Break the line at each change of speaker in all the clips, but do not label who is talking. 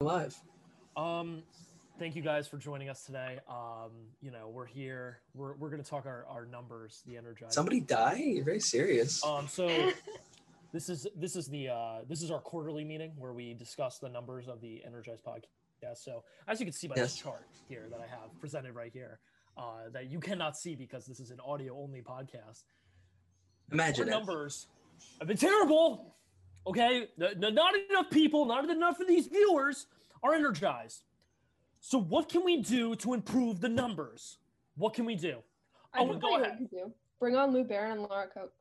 live.
Um, thank you guys for joining us today. Um, you know, we're here. We're we're gonna talk our, our numbers, the energizer.
Somebody die? You're very serious.
Um, so this is this is the uh, this is our quarterly meeting where we discuss the numbers of the energized podcast. So as you can see by this
Yes.
chart here that I have presented right here, uh, that you cannot see because this is an audio only podcast. Our
Imagine it.
numbers have been terrible. Okay, N- n- not enough people, not enough of these viewers are energized. So what can we do to improve the numbers? What can we do?
I
Oh,
think
go
I know
ahead.
what to do. Bring on Lou Barron and Laura Coke.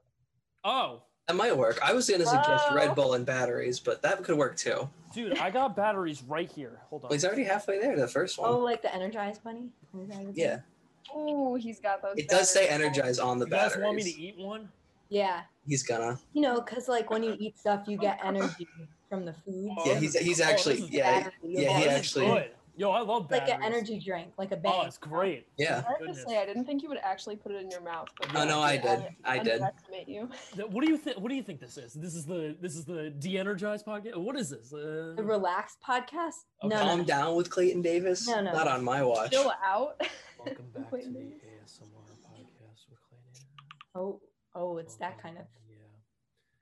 Oh,
That might work. I was gonna suggest
Oh.
Red Bull and batteries, but that could work too.
dude, I got batteries right here. Hold on.
Well, he's already halfway there. The first one.
Oh, like the Energized Bunny? Energizer Bunny?
yeah,
Oh, he's got those.
it does say
batteries.
energize on the
you guys want me
batteries.
to eat one?
Yeah.
He's gonna.
You know, because like when you eat stuff, you get energy from the food.
Oh,
Yeah, he's he's
oh,
actually
this is
yeah
Battery,
yeah,
you'll
he
Oh, this
get-
is
actually-
good. Yo, I love
like
batteries.
an energy drink, like a bang.
Oh, it's great.
yeah.
Honestly, I didn't think you would actually put it in your mouth. But
No, no, I did. I did.
underestimate you.
Th- What do you think? What do you think this is? This is the this is the de-energized podcast. What is this? Uh,
The Relax podcast?
Okay.
No,
Calm
no.
down with Clayton Davis.
No, no.
Not on my watch.
Chill out.
Welcome back
Wait,
to the
no.
ASMR podcast with Clayton.
Oh, oh, it's that kind of
Yeah.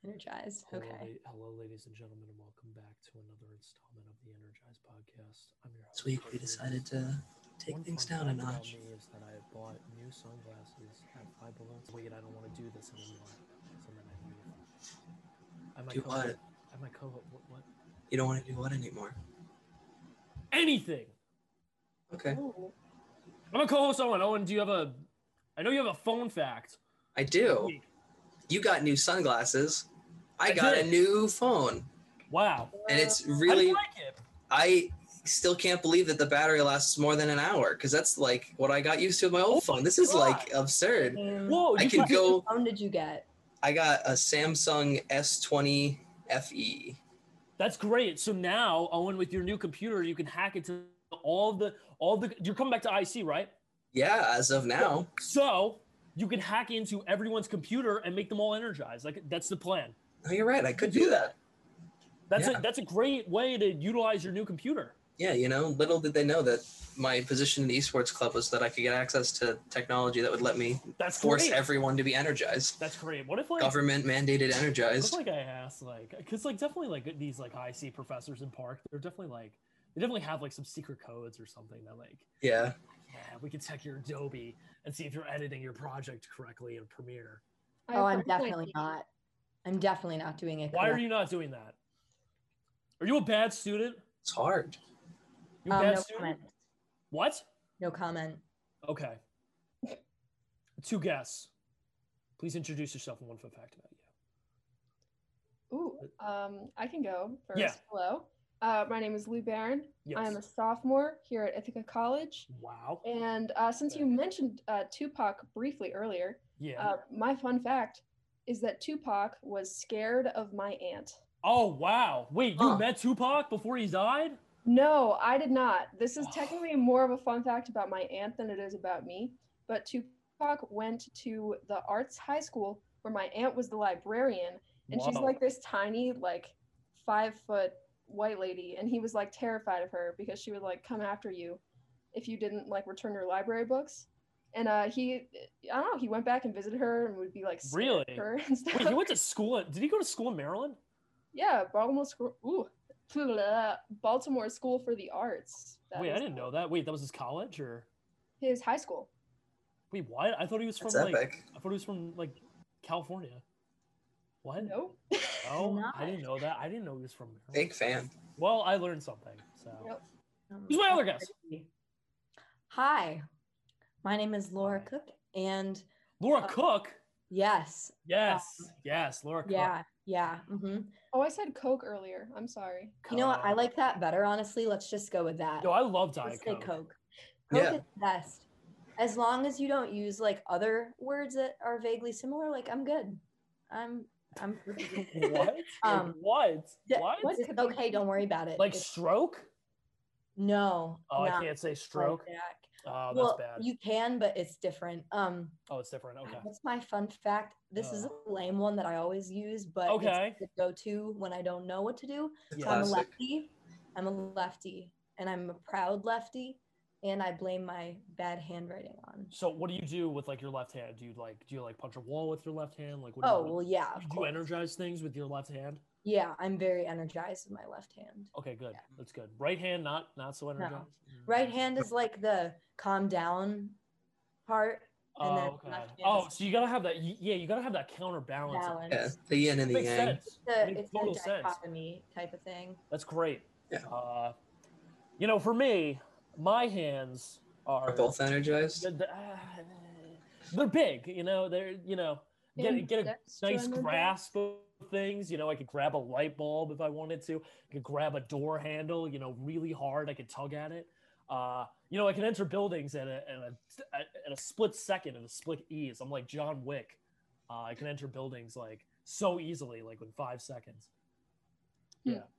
energized.
Hello,
Okay.
la- hello, ladies and gentlemen, and welcome back to another installment of the Energized Podcast. I'm your host.
This week we
Clayton.
decided to take
One
things down
fun
a
fact about
notch.
me is that I bought new sunglasses at Five Below. Wait, I don't want to do this anymore. So then I leave. I might
Do
co-host-
what?
I might co-host what, what?
You don't want to do what anymore.
Anything.
Okay.
Ooh.
I'm a co-host Owen. Owen, do you have a? I know you have a phone fact.
I do. You got new sunglasses. I
I
got a
did.
new phone.
Wow.
And it's
I
really
like it.
I still can't believe that the battery lasts more than an hour because that's like what I got used to with my old
Oh
phone.
my
This is
God.
like absurd.
Um,
Whoa.
I
you
can
got-
go.
What phone did you get?
I got a Samsung S20 FE.
That's great. So now, Owen, with your new computer, you can hack into all the all the. You're coming back to IC, right?
Yeah, as of now.
So you can hack into everyone's computer and make them all energized. Like that's the plan.
No, Oh, you're right. I could do that.
That's
Yeah.
a that's a great way to utilize your new computer.
Yeah, you know, little did they know that my position in the esports club was that I could get access to technology that would let me
That's
force
great.
everyone to be energized.
that's great. What if like
Government mandated
what if,
energized.
like I asked like because like definitely like these like IC professors in Park, they're definitely like they definitely have like some secret codes or something that like
Yeah.
yeah we can check your Adobe and see if you're editing your project correctly in Premiere.
I
Oh, I'm
appreciate
definitely
you.
not. I'm definitely not doing it.
Why are
correct.
you not doing that? Are you a bad student?
It's hard.
You a
Um,
bad
no
student?
comment.
What?
No comment.
Okay. Two guests. Please introduce yourself and one fun fact about you.
Ooh, um, I can go first.
Yeah.
Hello. Uh, my name is Lou Barron.
Yes.
I'm a sophomore here at Ithaca College.
Wow.
And uh, since you mentioned uh, Tupac briefly earlier,
Yeah.
Uh, my fun fact is that Tupac was scared of my aunt.
oh wow. Wait, you
Huh.
met Tupac before he died?
No, I did not. This is technically more of a fun fact about my aunt than it is about me. But Tupac went to the arts high school where my aunt was the librarian, and she's
Wow.
like this tiny, like five foot white lady, and he was like terrified of her because she would like come after you if you didn't like return your library books. And uh, he, I don't know, he went back and visited her and would be like scared of
Really?
her and stuff.
Wait, he went to school. in- Did he go to school in Maryland?
Yeah, Baltimore School. Ooh, blah, Baltimore School for the Arts. That
Wait, I
was
didn't know that. Wait, that was his college or?
His high school.
Wait, why? I thought he was from
That's
like
epic.
I thought he was from like California. What?
Nope.
No,
Not.
Oh, I didn't know that. I didn't know he was from. Maryland.
Big fan.
Well, I learned something. So
Nope.
Who's my other guest?
Hi, my name is Laura
Hi.
Cook, and
Laura
Uh,
Cook.
yes,
Yes, yes, Laura. Cook.
yeah, yeah. mhm.
Oh, I said Coke earlier. I'm sorry.
You know what? I
Coke.
like that better, honestly. Let's just go with that.
Yo, I love Diet
Let's say
Coke.
Coke. Coke
Yeah.
is the best. As long as you don't use like other words that are vaguely similar, like I'm good. I'm I'm pretty good.
What?
Um,
what?
yeah,
What?
what?
It's okay, don't worry about it.
Like
It's-
stroke?
no,
Oh,
not
I can't say
like
stroke.
that.
Oh, that's
well,
bad.
you can, but it's different. Um,
Oh, it's different. Okay. Uh.
What's my fun fact? This is a lame one that I always use, but
Okay.
it's the go-to when I don't know what to do. So I'm a
Classic.
lefty, I'm a lefty and I'm a proud lefty and I blame my bad handwriting on.
So what do you do with like your left hand? Do you like do you like punch a wall with your left hand? Like what do
Oh,
you do?
well, yeah.
Do
Of
you
course.
energize things with your left hand?
yeah, I'm very energized with my left hand.
Okay, good. That's good. Right hand, not not so energized. Mm.
Right hand is like the calm down part. and then
Oh, okay.
left hand is-
Oh, so you gotta have that. y- Yeah, you gotta have that counterbalance.
Balance.
Yeah, the yin and the
Makes
yang.
sense.
The,
Makes
it's
total
the
sense.
dichotomy type of thing.
That's great.
Yeah.
Uh, you know, for me, my hands are,
Are both energized?
They're, uh, they're big. You know, they're you know get get a
Ambidextrous
nice
movement.
grasp of things. You know, I could grab a light bulb if I wanted to. I could grab a door handle. You know, really hard. I could tug at it. Uh, you know, I can enter buildings at a, at a at a split second at a split ease. I'm like John Wick. Uh, I can enter buildings like so easily, like in five seconds.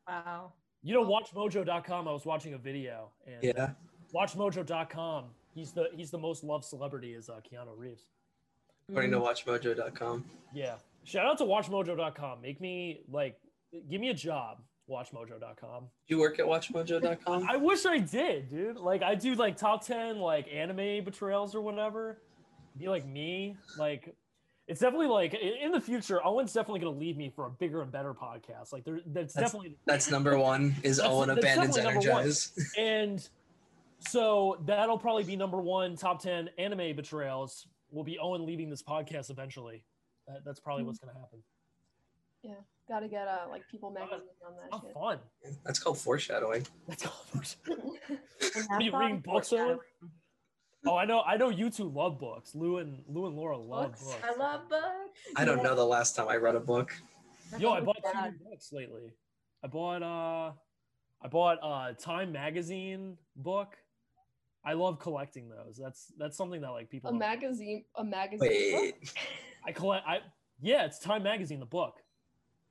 Wow.
You know, WatchMojo.com. I was watching a video, and
Yeah.
WatchMojo.com. He's the he's the most loved celebrity is uh, Keanu Reeves.
Mm.
According to watchmojo.com.
Yeah. Shout out to WatchMojo.com. Make me like, give me a job. WatchMojo.com.
You work at watchmojo.com?
I wish I did, dude. Like I do like top ten like anime betrayals or whatever. Be like me. Like it's definitely like i- in the future, Owen's definitely gonna leave me for a bigger and better podcast. Like there, that's, definitely
That's number one is
That's-
Owen
that's
abandons
definitely number one.
energize.
and so that'll probably be number one top ten anime betrayals. Will be Owen leaving this podcast eventually. That, that's probably what's gonna happen.
Gotta get uh, like People magazine on that
How
shit.
fun!
That's called foreshadowing.
That's all.
And
Are you
that's
reading
all-
books, Owen? Oh, I know. I know you two love books. Lou and Lou and Laura love
Books.
books.
I love books.
I don't know the last time I read a book.
Yo, I bought two
Bad.
new books lately. I bought uh, I bought uh, Time magazine book. I love collecting those. That's that's something that like people.
a
don't-
magazine, a magazine. Oh,
Wait.
I collect. I yeah, it's Time magazine the book.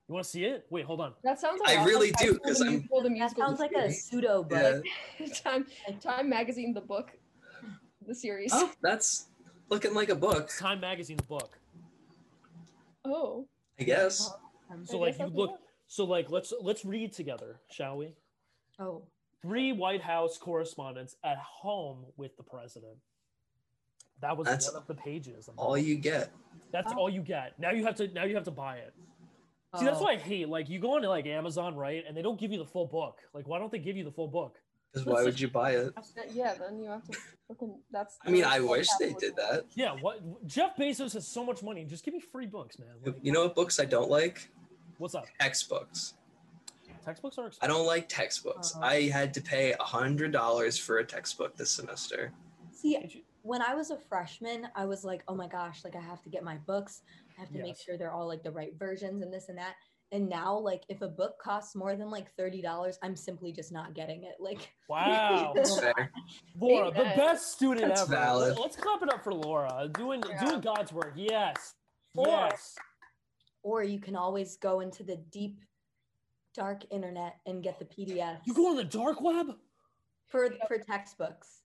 You want to see it? Wait, hold on.
That sounds like
I
all
really
of High
do,
School
'cause
the
I'm-
musical, the
That
musical.
sounds like a pseudo book.
Yeah.
Time, Time magazine, the book, the series.
Oh, that's looking like a book,
Time magazine the book.
Oh,
I guess.
So
I
like you
guess that's a
look.
book.
So like let's let's read together, shall we?
Oh,
Three White House correspondents at home with the president. That was
That's
one of the pages. of the
All
book.
you get.
That's
Oh.
all you get. Now you have to now you have to buy it. See, that's
Oh.
what I hate. Like you go into like Amazon, right? And they don't give you the full book. Like, why don't they give you the full book?
Because why would you buy it?
that- yeah. Then you have to. Fucking, that's.
I mean,
that's
I
what
wish they
Catwoman
did
was.
that.
Yeah, what Jeff Bezos has so much money. Just give me free books, man. Like,
You know what books I don't like?
what's up?
Textbooks.
Textbooks are
I
expensive.
don't like textbooks.
Uh-huh.
I had to pay a hundred dollars for a textbook this semester.
see,
Did you-
when I was a freshman, I was like, oh my gosh, like I have to get my books. I have to make
Yes.
sure they're all like the right versions and this and that. And now, like, if a book costs more than like $30, I'm simply just not getting it. Like,
Wow,
That's fair.
Laura, the
Amen.
best student
That's
ever.
valid.
Let's clap it up for Laura doing
Yeah.
doing God's work. Yes,
Laura.
yes.
or you can always go into the deep, dark internet and get the PDF
You go on the dark web.
for, for textbooks.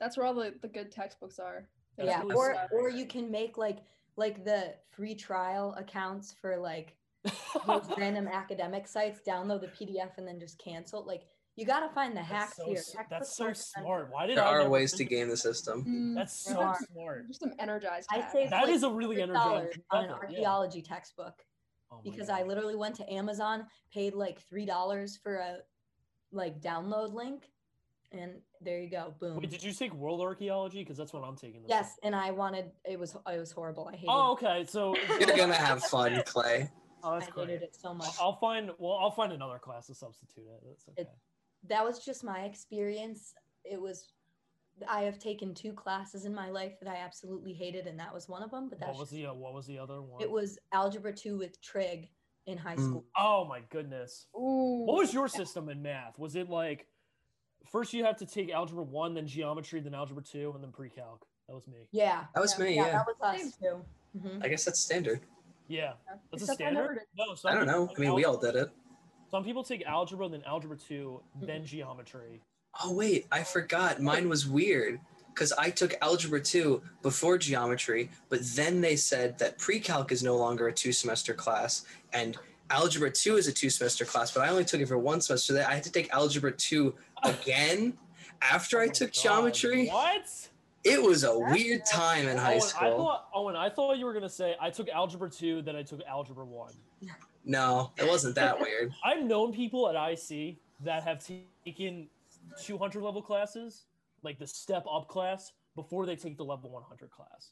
That's where all the, the good textbooks are. They
That's
yeah
have
really
good
or
stuff.
or you can make like like the free trial accounts for like those random academic sites download the pdf and then just cancel like you got to find the
That's
hacks
so,
here
s-
Textbooks
that's so
are-
smart. Why did
There
I
are
never
ways to
think-
game the system.
Mm,
That's
There
so
are.
smart.
there's some energized.
I
hacks.
say
That
like
is a really
$100
energetic
on an
method, yeah.
archaeology textbook
Oh my
because
God.
i literally went to amazon paid like three dollars for a like download link and there you go boom
Wait, did you take world archaeology? Because that's what I'm taking. This
yes and i wanted it was it was horrible i hated
Oh,
it
okay. So
You're gonna have fun, Clay.
oh,
i
that's
hated
great. Oh.
it so
I'll-
much
I'll find. Well, I'll find another class to substitute it. That's okay.
It- that was just my experience. It was I have taken two classes in my life that I absolutely hated, and that was one of them. But that's
what was
just-
the uh, What was the other one?
it was algebra two with trig in high
Mm.
school.
Oh my goodness.
Ooh.
What was your system in math? Was it like first you have to take algebra one, then geometry, then algebra two, and then pre-calc? That was me.
Yeah,
That was me,
yeah,
Oh, yeah.
that was us too. Mhm.
I guess that's standard.
Yeah, that's
Except
a
I never
standard.
did.
No, some
I don't
people
know.
take
I mean, we all
algebra-
did it.
Some people take algebra, then algebra two, then geometry.
Oh wait, I forgot. Mine was weird because I took algebra two before geometry, but then they said that pre-calc is no longer a two-semester class, and algebra two is a two semester class, but I only took it for one semester. That I had to take algebra two again after I
Oh,
took
God.
geometry.
What?
It was a
That's
weird
nice.
time in high
Owen, I
school.
thought, Owen, I thought you were gonna say I took algebra two, then I took algebra one.
No, it wasn't that weird.
I've known people at IC that have taken 200 level classes, like the step up class, before they take the level 100 class.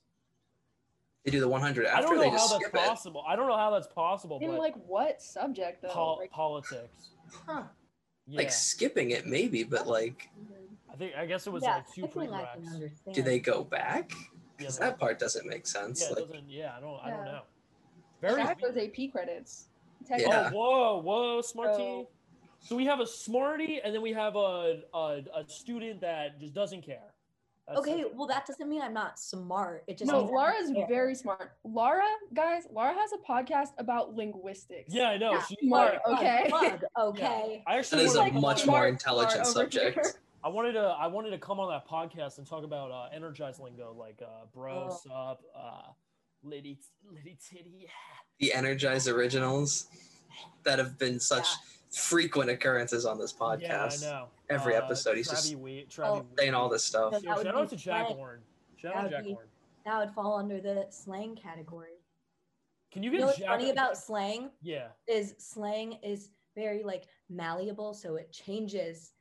They do the 100
I
after
don't
they
know how
just
that's
skip it.
possible. I don't know how that's possible,
In
but
like what subject though?
pol-
Like,
politics.
Huh.
Yeah,
Like skipping it maybe, but like,
I think I guess it was
yeah,
like two
I think I
prereqs.
can understand.
do they go back?
Yeah,
'Cause
they-
that part doesn't make sense.
yeah, it
like,
doesn't. Yeah, I don't. I
Yeah.
don't know. Very.
track
weird.
those AP credits.
Yeah.
Oh, whoa, whoa, smarty.
So-
So we have a smarty, and then we have a a, a student that just doesn't care. That's-
Okay, well that doesn't mean I'm not smart. It just
no,
means I
Laura's
don't care.
very smart. Laura, guys, Laura has a podcast about linguics.
Yeah, I know.
Yeah,
she,
smart.
like,
Plug,
okay.
plug, okay.
I
That
actually
is
She's
a
wanted
like
to
much
come on-
more
smart
intelligent
Laura over
subject.
here.
I wanted to I wanted to come on that podcast and talk about uh, energize lingo like uh, bro,
Oh.
sup, uh, lady, lady titty. yeah.
the energized originals that have been such frequent occurrences on this podcast.
Yeah, I know.
Every
Uh,
episode, he's just
Travi Wheat-
Oh.
Travi Wheat.
saying all this stuff.
That
Yo,
would
shout out
be
to Jack
slang.
Horn. Shout
That
out
would
to Jack
be-
Horn.
That would fall under the slang category.
Can you
You
get
know what's
Jack?
funny about slang
yeah.
is slang is very like malleable, so it changes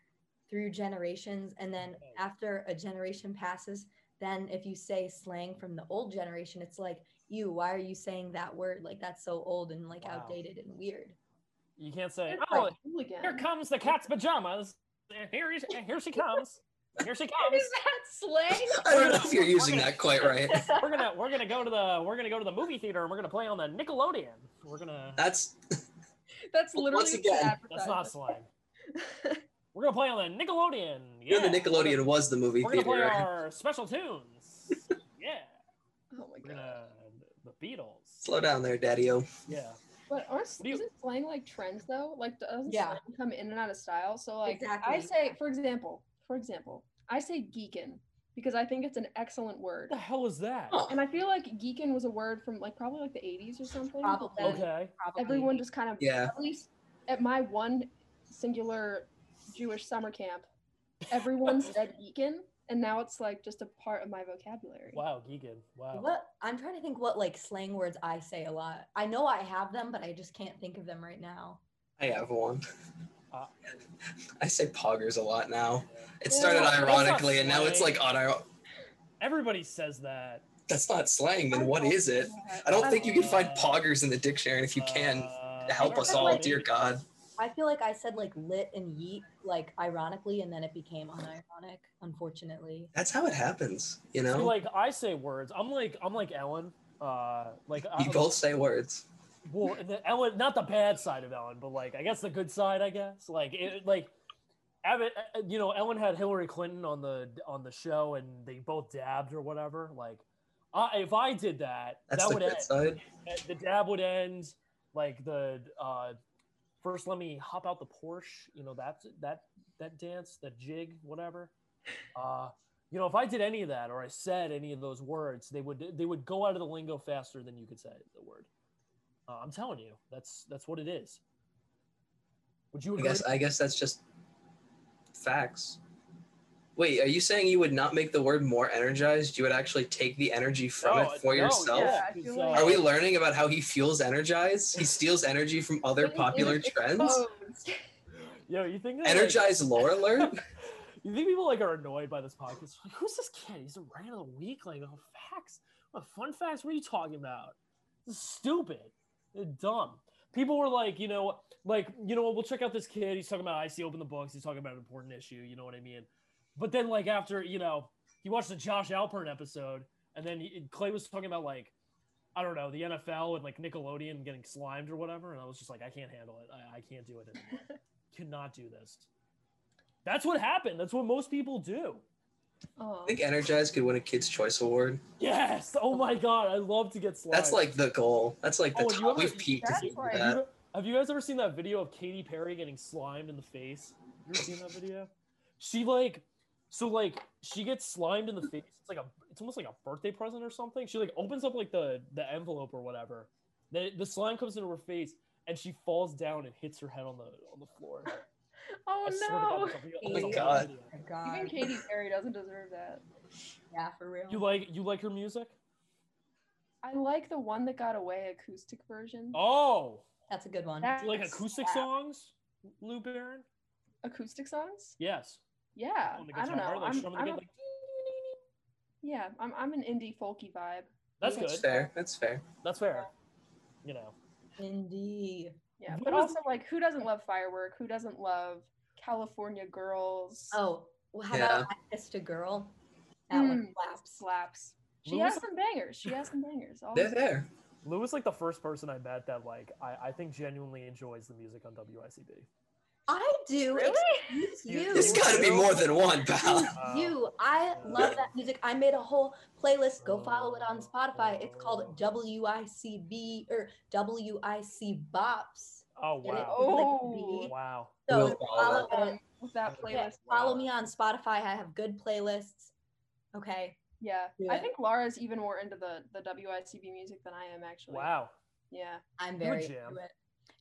through generations, and then
Okay.
after a generation passes, then if you say slang from the old generation, it's like, you, why are you saying that word? Like that's so old and like
Wow.
outdated and weird.
You can't say.
It's
Oh,
like hooligan.
here comes the cat's pajamas. Here, is- here she comes. Here she comes.
Is that slang?
I don't know if you're using that quite right.
We're gonna we're gonna go to the we're gonna go to the movie theater and we're gonna play on the Nickelodeon. We're gonna.
That's
That's
Once
literally
again,
an
That's not
advertisement.
slang. We're gonna play on the Nickelodeon.
you
Yeah.
know the Nickelodeon was the movie
We're gonna, we're
theater.
gonna play our special tunes. yeah.
Oh my
We're
god.
gonna the Beatles.
Slow down there, Daddy-O.
Yeah.
But aren't
do you-
isn't slang like trends though? Like doesn't
Yeah.
slang come in and out of style? So like I
Exactly.
say, for example, for example, I say geekin because I think it's an excellent word.
What the hell is that?
Oh.
And I feel like geekin was a word from like probably like the 80s or something.
Probably.
that
Okay.
Probably.
Everyone just kind of
Yeah,
at least at my one singular Jewish summer camp, everyone said geekin and now it's like just a part of my vocabulary.
Wow, Geegan. Wow.
What I'm trying to think what like slang words I say a lot. I know I have them, but I just can't think of them right now.
I have one.
Ah.
I say poggers a lot now. It
Yeah,
started
that's not
ironically, and now it's
slang.
like on our.
Everybody says that.
That's not slang. Then what is it? I don't think you can find poggers in the dictionary. And if you can,
Uh,
help us all, dear God.
I feel like I said like lit and yeet like ironically, and then it became unironic, unfortunately.
that's how it happens. You
See,
know,
like I say words. I'm like I'm like Ellen. Uh, like I,
you both say words.
well, the Ellen, not the bad side of Ellen, but like I guess the good side. I guess like it, like, Abbott, uh, you know, Ellen had Hillary Clinton on the on the show, and they both dabbed or whatever. Like, I, if I did that,
That's
that
the
would
good
end.
side.
Uh, The dab would end. Like the uh, first, let me hop out the Porsche. You know that that that dance, that jig, whatever. Uh, you know, if I did any of that or I said any of those words, they would they would go out of the lingo faster than you could say the word. Uh, I'm telling you, that's that's what it is. Would you
I
agree?
guess. uh, I guess that's just facts. Wait, are you saying you would not make the word more energized? You would actually take the energy from
No,
it for
no,
yourself?
yeah,
I feel
'cause, uh,
like-
Are we learning about how he fuels energized? He steals energy from other
It is
popular trends.
exposed.
Yo, you think that, like-
Energized lore alert.
you think people like are annoyed by this podcast? Like, who's this kid? He's a rant of the week. Like, oh, facts. What fun facts? What are you talking about? This is stupid. They're dumb. People were like, you know, like, you know what? We'll check out this kid. He's talking about IC open the books. He's talking about an important issue. You know what I mean? But then, like, after you know, he watched the Josh Alpern episode, and then he, Clay was talking about like, I don't know, the NFL and like Nickelodeon getting slimed or whatever. And I was just like, I can't handle it. I, I can't do it anymore. Cannot do this. That's what happened. That's what most people do.
Aw.
I think energized could win a Kids Choice Award.
Yes. Oh my god, I love to get slimed.
That's like the goal. That's like the
Oh, and you
top.
ever-
We've peaked.
that's
if you do
like-
that.
Have you- Have you guys ever seen that video of Katy Perry getting slimed in the face? You ever seen that video? She like, so like she gets slimed in the face. It's like a, it's almost like a birthday present or something. She like opens up like the the envelope or whatever. The the slime comes into her face and she falls down and hits her head on the on the floor.
Oh
I swear to God,
no!
it's a real-
Oh
it's
my
a
God.
video.
my God.
Even Katy Perry doesn't deserve that.
yeah, for real.
You like you like her music?
I like the one that got away acoustic version.
Oh,
That's a good one.
That-
do you like
Yes.
acoustic songs, Lou Baron?
Acoustic songs?
Yes.
Yeah.
On the
I don't know.
guitar, like
I'm,
strumming the
I'm
guitar,
a-
like,
yeah, I'm, I'm an indie folky vibe.
that's
Yeah.
That's
good.
fair. That's fair.
That's fair. You know.
Indeed.
Yeah,
What
but
was-
also like, who doesn't love Firework? Who doesn't love California Girls?
Oh, well, how
Yeah.
about I kissed a girl? That one
Mm,
slaps.
slaps. She
Louis-
has some bangers. She has some bangers.
Oh.
They're
Always.
there.
Lou is like the first person I met that like I, I think genuinely enjoys the music on WICB.
I do.
Really?
Excuse
You-
you.
There's got to be more than one, pal.
Excuse
Uh,
you. I love that music. I made a whole playlist. Go follow it on Spotify. It's called WICB or WIC Bops.
Oh
Get it?
wow.
Oh.
Like,
Wow.
So
We'll
follow
follow
it.
Um, with that
Okay.
playlist.
Follow me on Spotify. I have good playlists. Okay.
Yeah,
Do
I
it.
think Laura's even more into the the WICB music than I am actually.
Wow.
Yeah.
I'm
You're a
very into
jam.
it.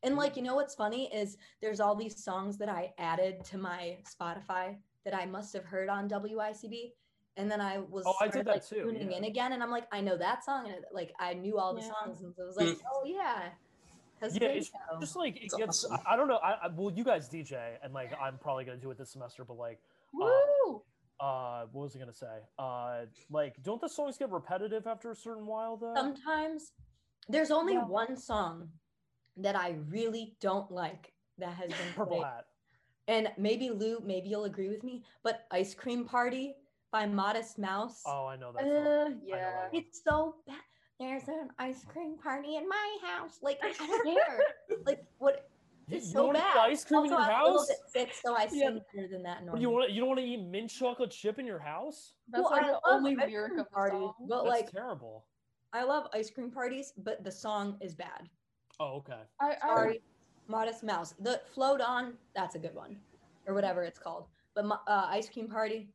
And like, you know what's funny is there's all these songs that I added to my Spotify that I must have heard on WICB. And then I was
Oh, I did
started,
that
like,
too,
tuning
yeah.
in again, and I'm like, I know that song, and it- like I knew all the
Yeah.
songs, and so I was like,
Mm.
oh yeah, Cause
Yeah,
they
it's
know.
Just like it
It's
gets
awesome.
I, I don't know. I, I well you guys DJ and like I'm probably gonna do it this semester, but like
Woo!
uh what was I gonna say? Uh like don't the songs get repetitive after a certain while though?
sometimes there's only
Yeah.
one song that I really don't like that has been
Purple
played.
hat.
and maybe Lou, maybe you'll agree with me, but "Ice Cream Party" by Modest Mouse.
Oh I know that song.
Uh, yeah.
one.
It's so bad. There's an ice cream party in my house. Like I don't care. like what?
You,
It's
you
so
don't
bad.
eat ice cream in your
I'm a little
house?
bit sick, so I sing
Yeah.
better than that
What,
normally.
You want you don't want to eat mint chocolate chip in your house?
That's
Well,
like
I
the
love
only
ice
lyric
cream
of the
party,
song.
But
That's
like,
terrible.
I love ice cream parties, but the song is bad.
Oh okay.
I, I
Sorry, Modest Mouse. The float on. That's a good one, or whatever it's called. But Mo- uh, ice cream party.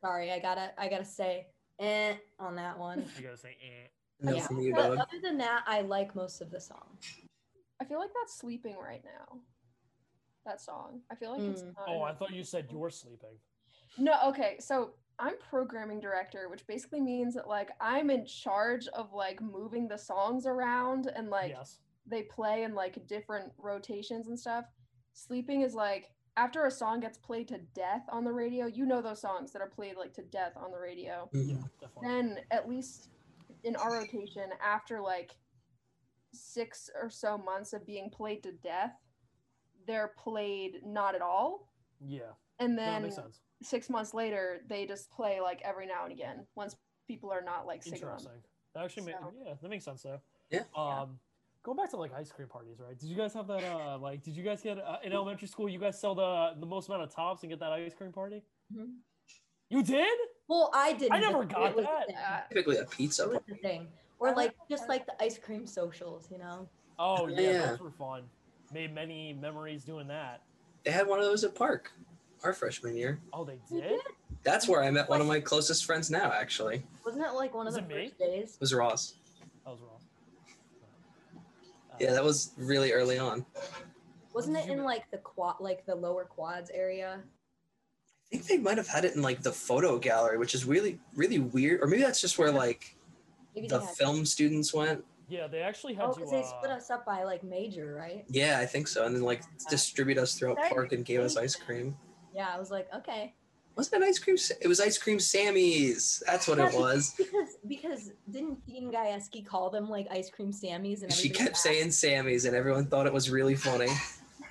Sorry, I gotta, I gotta say, eh, on that one.
You gotta say eh.
No
Yeah.
from you,
But
dog.
other than that, I like most of the song.
I feel like that's sleeping right now. That song. I feel like it's.
Mm.
not
Oh, I
enough.
thought you said you were sleeping.
No, okay. So I'm programming director, which basically means that like I'm in charge of like moving the songs around and like
yes.
they play in like different rotations and stuff. Sleeping is like after a song gets played to death on the radio, you know those songs that are played like to death on the radio.
Yeah,
Mhm.
definitely.
Then at least in our rotation after like six or so months of being played to death, they're played not at all.
Yeah.
And
No, that
then
makes sense.
six months later, they just play like every now and again once people are not like sick of them.
Interesting. That actually makes
So-
yeah, that makes sense though.
Yeah.
Um going back to like ice cream parties, right? Did you guys have that uh like did you guys get uh, in elementary school you guys sell the the most amount of tops and get that ice cream party?
Mhm.
You did?
Well, I didn't.
Mm-hmm. I never
but
got
it was a
that.
thing.
Yeah.
Typically a pizza.
It was a thing. Or
I
like
like
just
that.
like the ice cream socials, you know.
Oh yeah,
Yeah.
those were fun. Made many memories doing that.
They had one of those at Park our freshman year.
Oh, they
We
did?
That's where I met one of my closest friends now, actually. It
Wasn't it like one of
Was
the
it me?
first days?
was Ross.
I was wrong. Uh,
Yeah, that was really early on. I
Wasn't
did
it
you
in
ma-
like the quad, like the lower quads area?
think they might have had it in like the photo gallery, which is really, really weird. Or maybe that's just where like
Maybe
the
they had.
film students went.
yeah, they actually had
Oh,
you
because
uh,
they split us up by like major, right?
Yeah, I think so. And then like
Uh,
distribute us throughout
Sorry.
Park and gave us ice cream.
Yeah, I was like, okay,
Wasn't it ice cream? Sa- It was ice cream Sammy's. That's what it was.
because because didn't Dean Gajewski call them like ice cream Sammys and
She
everybody
kept
laughed?
saying Sammy's, and everyone thought it was really funny.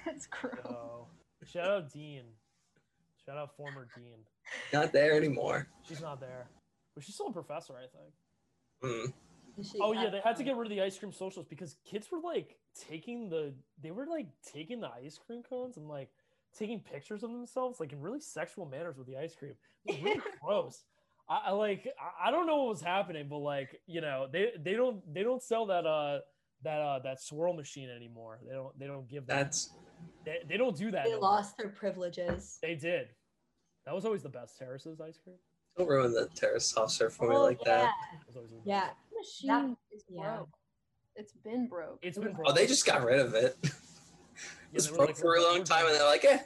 That's gross.
Oh, shout out Dean. Shout out former Dean.
Not there anymore.
She's not there, but she's still a professor, I think.
Mm.
Is she-
Oh
I
yeah, they
don't
had to
know.
get rid of the ice cream socials because kids were like taking the they were like taking the ice cream cones and like taking pictures of themselves like in really sexual manners with the ice cream. It was really gross. I, I like I, I don't know what was happening, but like you know they they don't they don't sell that uh that uh that swirl machine anymore. They don't they don't give that.
That's
They, they don't do that.
They
no more.
lost their privileges.
They did. That was always the best terraces ice cream.
don't ruin the terrace soft serve for me
Oh,
like that.
It was always the best.
yeah,
Machine is
yeah.
broke. it's been broke.
It's
It
been
was-
broke.
Oh, they just got rid of it.
Yeah,
It's
they were
broke
like-
for a long time, and they're like, eh,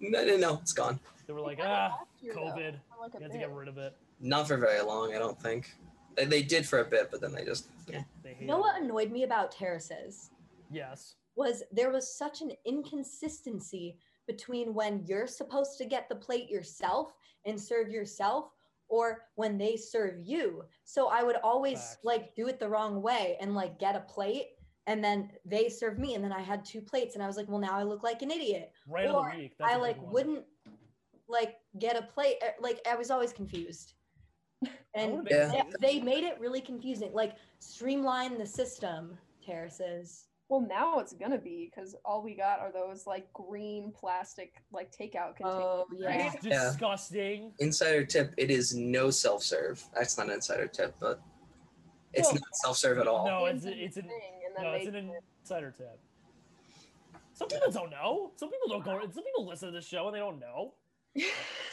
no, no, no, it's gone.
They were
They
like,
had it
ah,
last year, though,
COVID.
for like a
You have to
bit.
get rid of it.
Not for very long, I don't think. They, they did for a bit, but then they just
They hate
You know
it.
what annoyed me about terraces
Yes.
was there was such an inconsistency between when you're supposed to get the plate yourself and serve yourself or when they serve you. So I would always
Facts.
like do it the wrong way and like get a plate and then they serve me and then I had two plates and I was like, well now I look like an idiot.
Right of
Or
the week. That's
I
a big
like
one.
wouldn't like get a plate uh, like I was always confused.
I
And
would've
Yeah.
been-
they- they made it really confusing. Like streamline the system, terraces.
Well, now it's gonna be because all we got are those like green plastic like takeout containers.
Oh yeah.
It's
Yeah.
disgusting.
insider tip. It is no self serve. That's not an insider tip, but it's
No.
not self serve at all.
No,
Same
Oh, it's
thing,
it's an
and then
no,
they
it's an insider tip. Some people don't know. Some people don't go. Some people listen to this show and they don't know.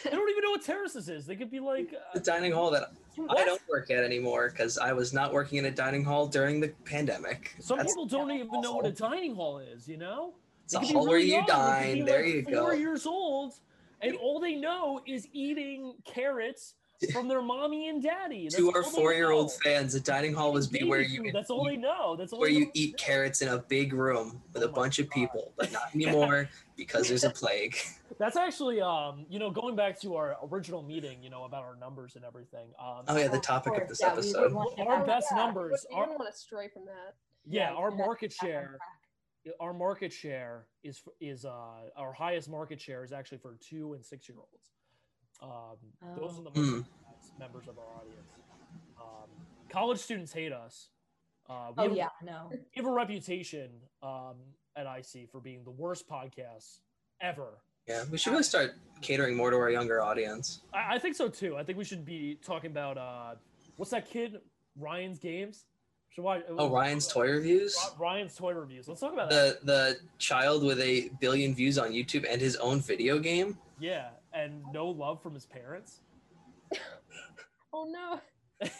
They don't even know what terraces is. They could be like, uh,
The dining hall that I
What?
don't work at anymore because I was not working in a dining hall during the pandemic.
some
That's-
people don't even know what a
awful.
dining hall is. You know,
it's a
They could be
hall where
really
you
young. They could
dine.
be,
there
like,
you go.
Four years old, and all they know is eating carrots from their mommy and daddy. That's
To
all
our
they
four year old
know.
fans, the dining hall was be
Baby
where you
food, That's all they know. That's all
where
they
you
know.
eat carrots in a big room with
Oh
a
my
bunch of
God.
people, but not anymore because there's a plague.
That's actually, um, you know, going back to our original meeting, you know, about our numbers and everything. Um,
Oh yeah, the
Of
topic of
course,
this
yeah, we would
episode.
want to
Our
have
best
that.
Oh, Yeah,
numbers
But you
are-
don't want to stray from that.
yeah,
Yeah,
our
you have
market
back on
share,
track.
our market share is is uh, our highest market share is actually for two and six year olds. Um, Those are the most
Hmm.
recognized members of our audience. Um, college students hate us. Uh, we
Oh
have-
yeah, no.
we have a reputation um, at IC for being the worst podcast ever.
Yeah, we should really start catering more to our younger audience.
I, I think so too. I think we should be talking about uh, what's that kid Ryan's games? Should watch, uh,
Oh, Ryan's toy reviews.
Ryan's toy reviews. Let's talk about
The
that.
the child with a billion views on YouTube and his own video game.
Yeah, and no love from his parents.
Oh no.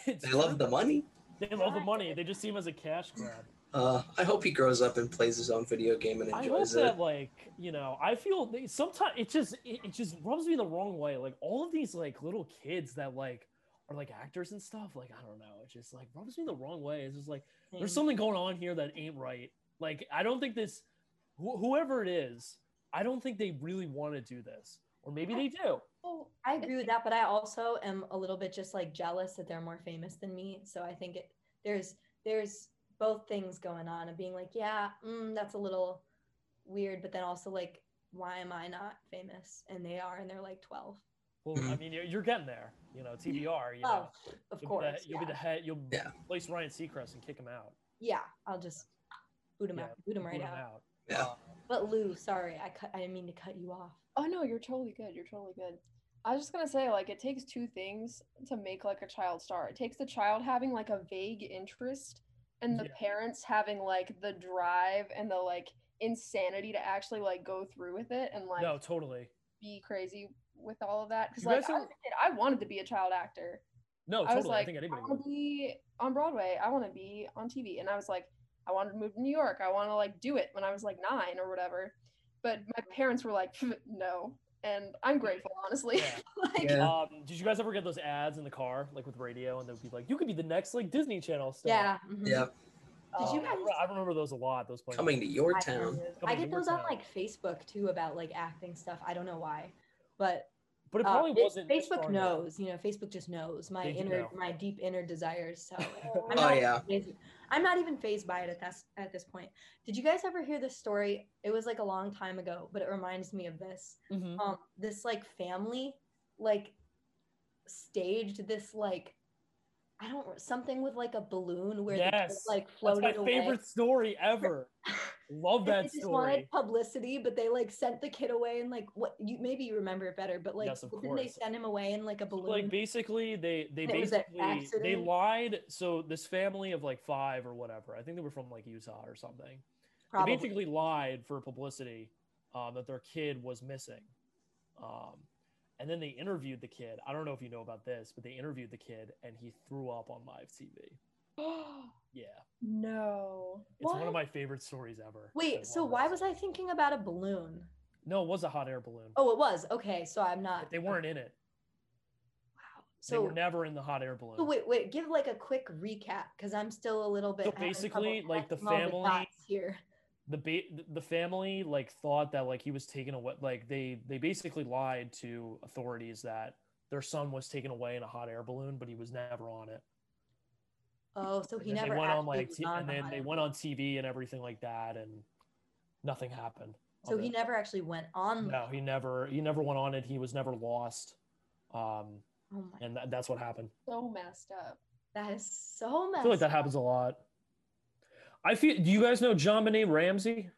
It's
They love the money.
true. They love the money. They just see him as a cash grab.
Uh, I hope he grows up and plays his own video game and
I hope
enjoys it.
that, like, you know, I feel they, sometimes it just it, it just rubs me the wrong way. Like all of these like little kids that like are like actors and stuff. Like I don't know, it just like rubs me the wrong way. It's just like
Mm.
there's something going on here that ain't right. Like I don't think this, wh- whoever it is, I don't think they really want to do this, or maybe they do.
Oh, I agree with that, but I also am a little bit just like jealous that they're more famous than me. So I think it there's there's both things going on of being like, yeah, mm, that's a little weird, but then also like, why am I not famous and they are and they're like twelve?
Well, I mean, you're, you're getting there. You know, TBR. You know,
Oh, of
You'll be the-
course.
you'll be
yeah.
the head. You'll
Yeah.
place Ryan Seacrest and kick him out.
yeah, I'll just boot him
Yeah,
out, boot him right
boot him
out.
out.
Yeah.
Uh,
But Lou, sorry, I cut. I didn't mean to cut you off.
Oh no, you're totally good. You're totally good. I was just gonna say, like, it takes two things to make like a child star. It takes the child having like a vague interest and the
Yeah.
parents having like the drive and the like insanity to actually like go through with it and like
no, totally.
be crazy with all of that. Because
You
like
guys
I,
don't-
was a kid, I wanted to be a child actor.
No,
I was
totally. I
like,
think
I
anybody would.
want to be on Broadway. I want to be on TV. And I was like, I wanted to move to New York. I want to like do it when I was like nine or whatever. But my parents were like, no. And I'm grateful, honestly.
Yeah.
like,
Yeah.
Um, did you guys ever get those ads in the car, like with radio, and they would be like, "You could be the next like Disney Channel star."
yeah. mhm.
Yeah, uh,
Um,
Did you
I
guys-
re- I remember those a lot. Those playing.
coming to your
I
town.
remember those.
Come
I
on,
get
one more
those on
time.
like Facebook too about like acting stuff. I don't know why, but
but it
uh,
probably
Fa-
wasn't. as
Facebook
far enough.
knows. You know, Facebook just knows my
They do
inner,
know.
my deep inner desires. So
Oh,
I'm
Oh
not,
yeah.
phased- I'm not even phased by it at this at this point. Did you guys ever hear this story? It was like a long time ago, but it reminds me of this.
Mhm.
Um, this like family, like staged this like. I don't something with like a balloon where the kid,
Yes.
like
That's
floated
my
away.
favorite story ever. Love
Like,
that
they just
story.
wanted publicity, but they like sent the kid away and like what you maybe you remember it better, but like
Yes, of
didn't they
course.
send him away in like a balloon?
Like basically, they they
And it was an
basically they
accident.
lied. So this family of like five or whatever, I think they were from like Utah or something.
Probably.
They basically lied for publicity uh, that their kid was missing. Um, and then they interviewed the kid. I don't know if you know about this, but they interviewed the kid and he threw up on live TV. Yeah.
No.
It's one
What?
of my favorite stories ever.
Wait,
that
so
one
why
is.
was I thinking about a balloon?
No, it was a hot air balloon.
Oh, it was. Okay, so I'm
But
not.
they weren't in it.
Wow.
They
So
were never in the hot air balloon.
So wait, wait, give like a quick recap because I'm still a little bit.
So
I'm having
basically,
trouble
like, the
connecting all
family-
dots here.
the ba- the family like thought that like he was taken away like they they basically lied to authorities that their son was taken away in a hot air balloon but he was never on it
Oh, so he
And then
never
they went on
actually
like
was
t-
on
and
the
then
hot
they
air
went on tv and everything like that and nothing happened
balloon. So
of
he
it.
never actually went on.
no he never he never went on it he was never lost um
the- Oh my,
and that, that's what happened
So messed up.
that is so
i
messed.
feel like that happens a lot i feel do you guys know john ramsey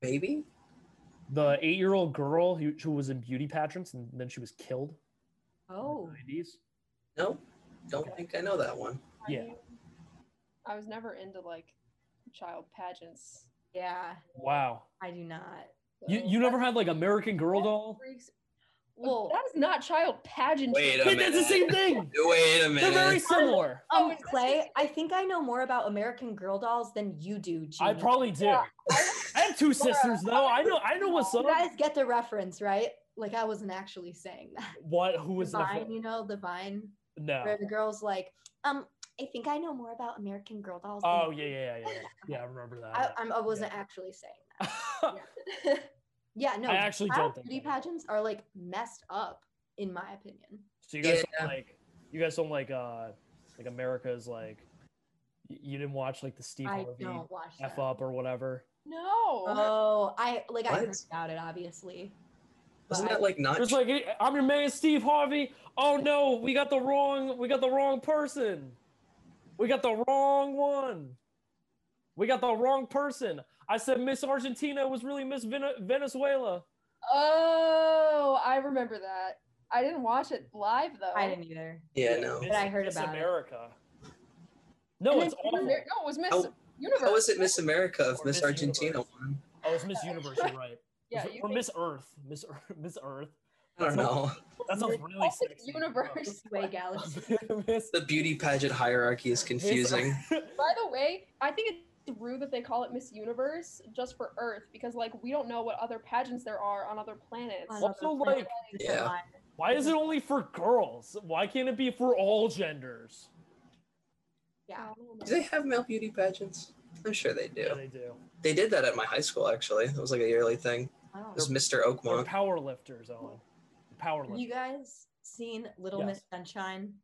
Maybe?
the eight-year-old girl who, who was in beauty pageants and then she was killed in the
Oh,
90s
No? Don't think I know that one.
I
Yeah.
mean, I was never into like child pageants.
yeah,
wow
I do not.
You
so-
you never had like American Girl
That's
doll?
freaks-
Well,
that is not child pageantry.
Wait a minute.
that's the same thing.
Wait a
They're
minute.
very similar.
Oh,
um,
is this
Clay,
just-
I think I know more about American Girl dolls than you do. Jeannie.
I probably do.
Yeah.
I have two sisters though. I know I know what's
You
up.
guys get the reference, right? Like I wasn't actually saying that.
What? Who was
the
in a
vine,
fo-
you know, the vine
No.
where the girl's like, um, I think I know more about American Girl dolls. than
Oh
you
yeah yeah yeah yeah. Yeah, I remember
I,
that.
I'm, I wasn't actually saying that. Yeah, no.
I actually don't
child
think
beauty
that is.
pageants are like messed up, in my opinion.
so you guys
Yeah.
don't like you guys don't like uh like America's like y- you didn't watch like the Steve
I
Harvey
don't watch
f
them.
up or whatever.
No.
Oh, I like I heard
What?
about it, obviously.
Wasn't
but-
that like not
It's like I'm your man Steve Harvey. Oh no, we got the wrong we got the wrong person. We got the wrong one. We got the wrong person. I said Miss Argentina was really Miss Vene- Venezuela.
Oh, I remember that. I didn't watch it live though.
I didn't either.
Yeah, no.
But I heard
Miss
about it.
America. No, it's
And then-
It was
awful.
Amer- No, it was Miss
Oh,
Universe.
How was it Miss America if
Or
Miss
Miss
Argentina
Universe.
won?
Oh, it's Miss Universe, you're right.
Yeah,
It's-
you
or
think-
Miss Earth. Miss Earth. Miss Earth.
I don't know.
That sounds really
Miss
sexy.
Universe.
Milky Way galaxy.
Miss,
The beauty pageant hierarchy is
Miss-
confusing.
By the way, I think it's rude that they call it Miss Universe just for Earth because like we don't know what other pageants there are on other planets.
on
Also,
another planet.
like,
It's a
Yeah.
lot.
Why is it only for girls? Why can't it be for all genders?
yeah.
Do they have male beauty pageants? I'm sure they do.
they do.
They did that at my high school actually. It was like a yearly thing.
I don't
It was Mr.
They're
Oakmont.
power lifters, Owen. Power
know. You
lifters.
guys seen Little
Yes.
Miss Sunshine?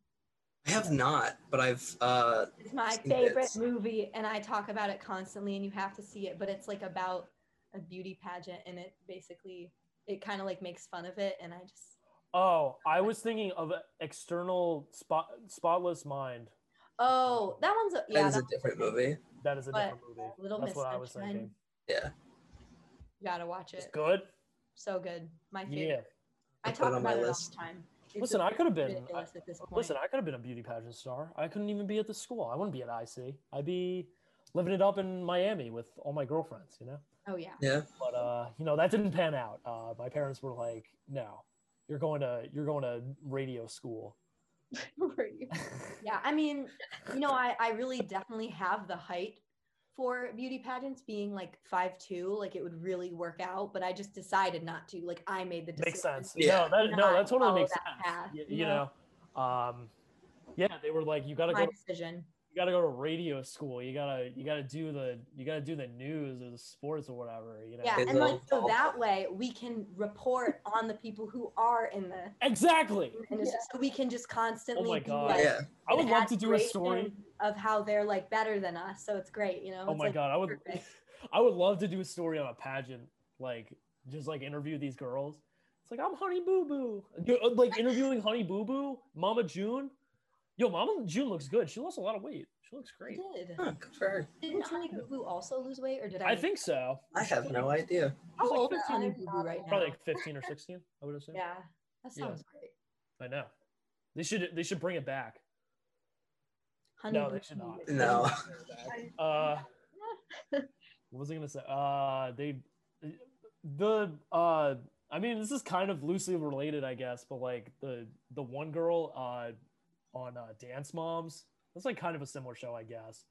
I have not, but I've uh
It's my
Seen
favorite
it.
movie, and I talk about it constantly, and you have to see it. But it's like about a beauty pageant, and it basically it kind of like makes fun of it, and I just
Oh, I was thinking of a external spot, spotless mind.
oh that one's a, yeah
that is a
that-
different movie.
That is a
But
different movie.
Little
That's
Miss
what I was
Sunshine.
thinking.
Yeah.
you gotta watch
It's
it.
good.
So good, my favorite.
Yeah.
I
I'll put
talk
it on
about
my
it
list.
all the time. It's
Listen, I could have been. I,
ridiculous at this point.
listen, I could have been a beauty pageant star. I couldn't even be at the school. I wouldn't be at IC. I'd be living it up in Miami with all my girlfriends. You know.
oh yeah,
Yeah.
But uh, you know that didn't pan out. Uh, my parents were like, "No, you're going to you're going to radio school."
yeah. I mean, you know, I I really definitely have the height for beauty pageants being like five two. Like it would really work out, but I just decided not to. Like I made the decision.
makes sense.
Yeah.
No, that, no,
Not
that totally
follow
makes
that
sense.
path,
Y-
you
you,
know?
know, um, yeah, they were like, you gotta
my
go,
decision.
you gotta go to radio school. You gotta, you gotta do the, you gotta do the news or the sports or whatever. You know.
Yeah,
It's
and like
all-
so that way we can report on the people who are in the
Exactly.
and it's- so we can just constantly
my
be,
God.
like,
Yeah.
I would
an
love to do a story.
admiration of how they're like better than us. So it's great, you know.
Oh
It's,
my
like,
god, I would,
perfect.
I would love to do a story on a pageant, like just like interview these girls. It's like I'm Honey Boo Boo, You- uh, like interviewing Honey Boo Boo, Mama June. Yo, Mama June looks good. She lost a lot of weight. She looks
I
great.
did.
Huh, good for her.
Didn't Honey Boo Boo also lose weight, or did I?
I think so.
I have no idea.
How
She's like
old is
15
Honey Boo Boo right now?
Probably like 15 or 16, I would assume.
yeah, that
Yeah.
sounds great.
I know. They should they should bring it back.
Honey
No,
Boo
they should
Boo.
not.
No.
Uh, what was I gonna say? Uh, they the uh, I mean, this is kind of loosely related, I guess, but like the the one girl uh on uh, Dance Moms, That's like kind of a similar show, I guess.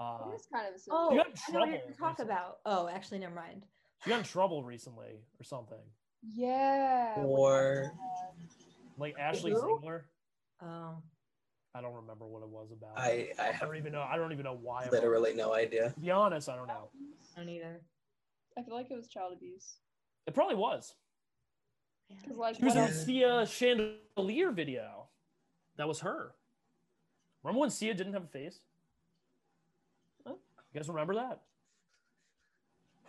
Uh,
it is kind of a similar.
Oh,
You
I
got in
know what you're
trouble
gonna talk
recently.
about. Oh, actually, never mind.
she got in trouble recently or something.
Yeah. we-
Or-
Like Ashley
Who?
Ziegler.
Oh,
I don't remember what it was about.
I I
I
have
don't even know. I don't even know why. I wrote it.
literally no idea.
To be honest, I don't know.
I don't either.
I feel like it was child abuse.
It probably was.
Yeah.
Because like
She was
what
on
Yeah.
else-
Sia Chandelier video. That was her. Remember when Sia didn't have a face? Huh? You guys remember that?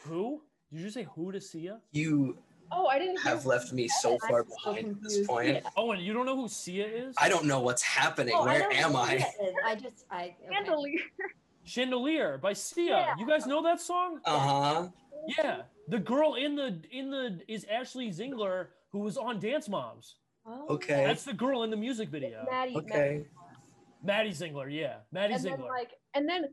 Who? Did you say who to Sia?
You
Oh, I didn't hear.
have left me so far behind at this point.
Oh, and you don't know who Sia is?
I don't know what's happening.
Oh, I
Where
know
am
who
I?
that is. I just I okay.
Chandelier.
Chandelier by Sia.
Yeah.
You guys know that song?
Uh huh.
Yeah. The girl in the in the is Ashley Zingler who was on Dance Moms.
Oh,
Okay.
That's the girl in the music video.
Maddie. Maddie.
Okay.
Maddie Zingler, yeah. Maddie
And then
Zingler.
like, and then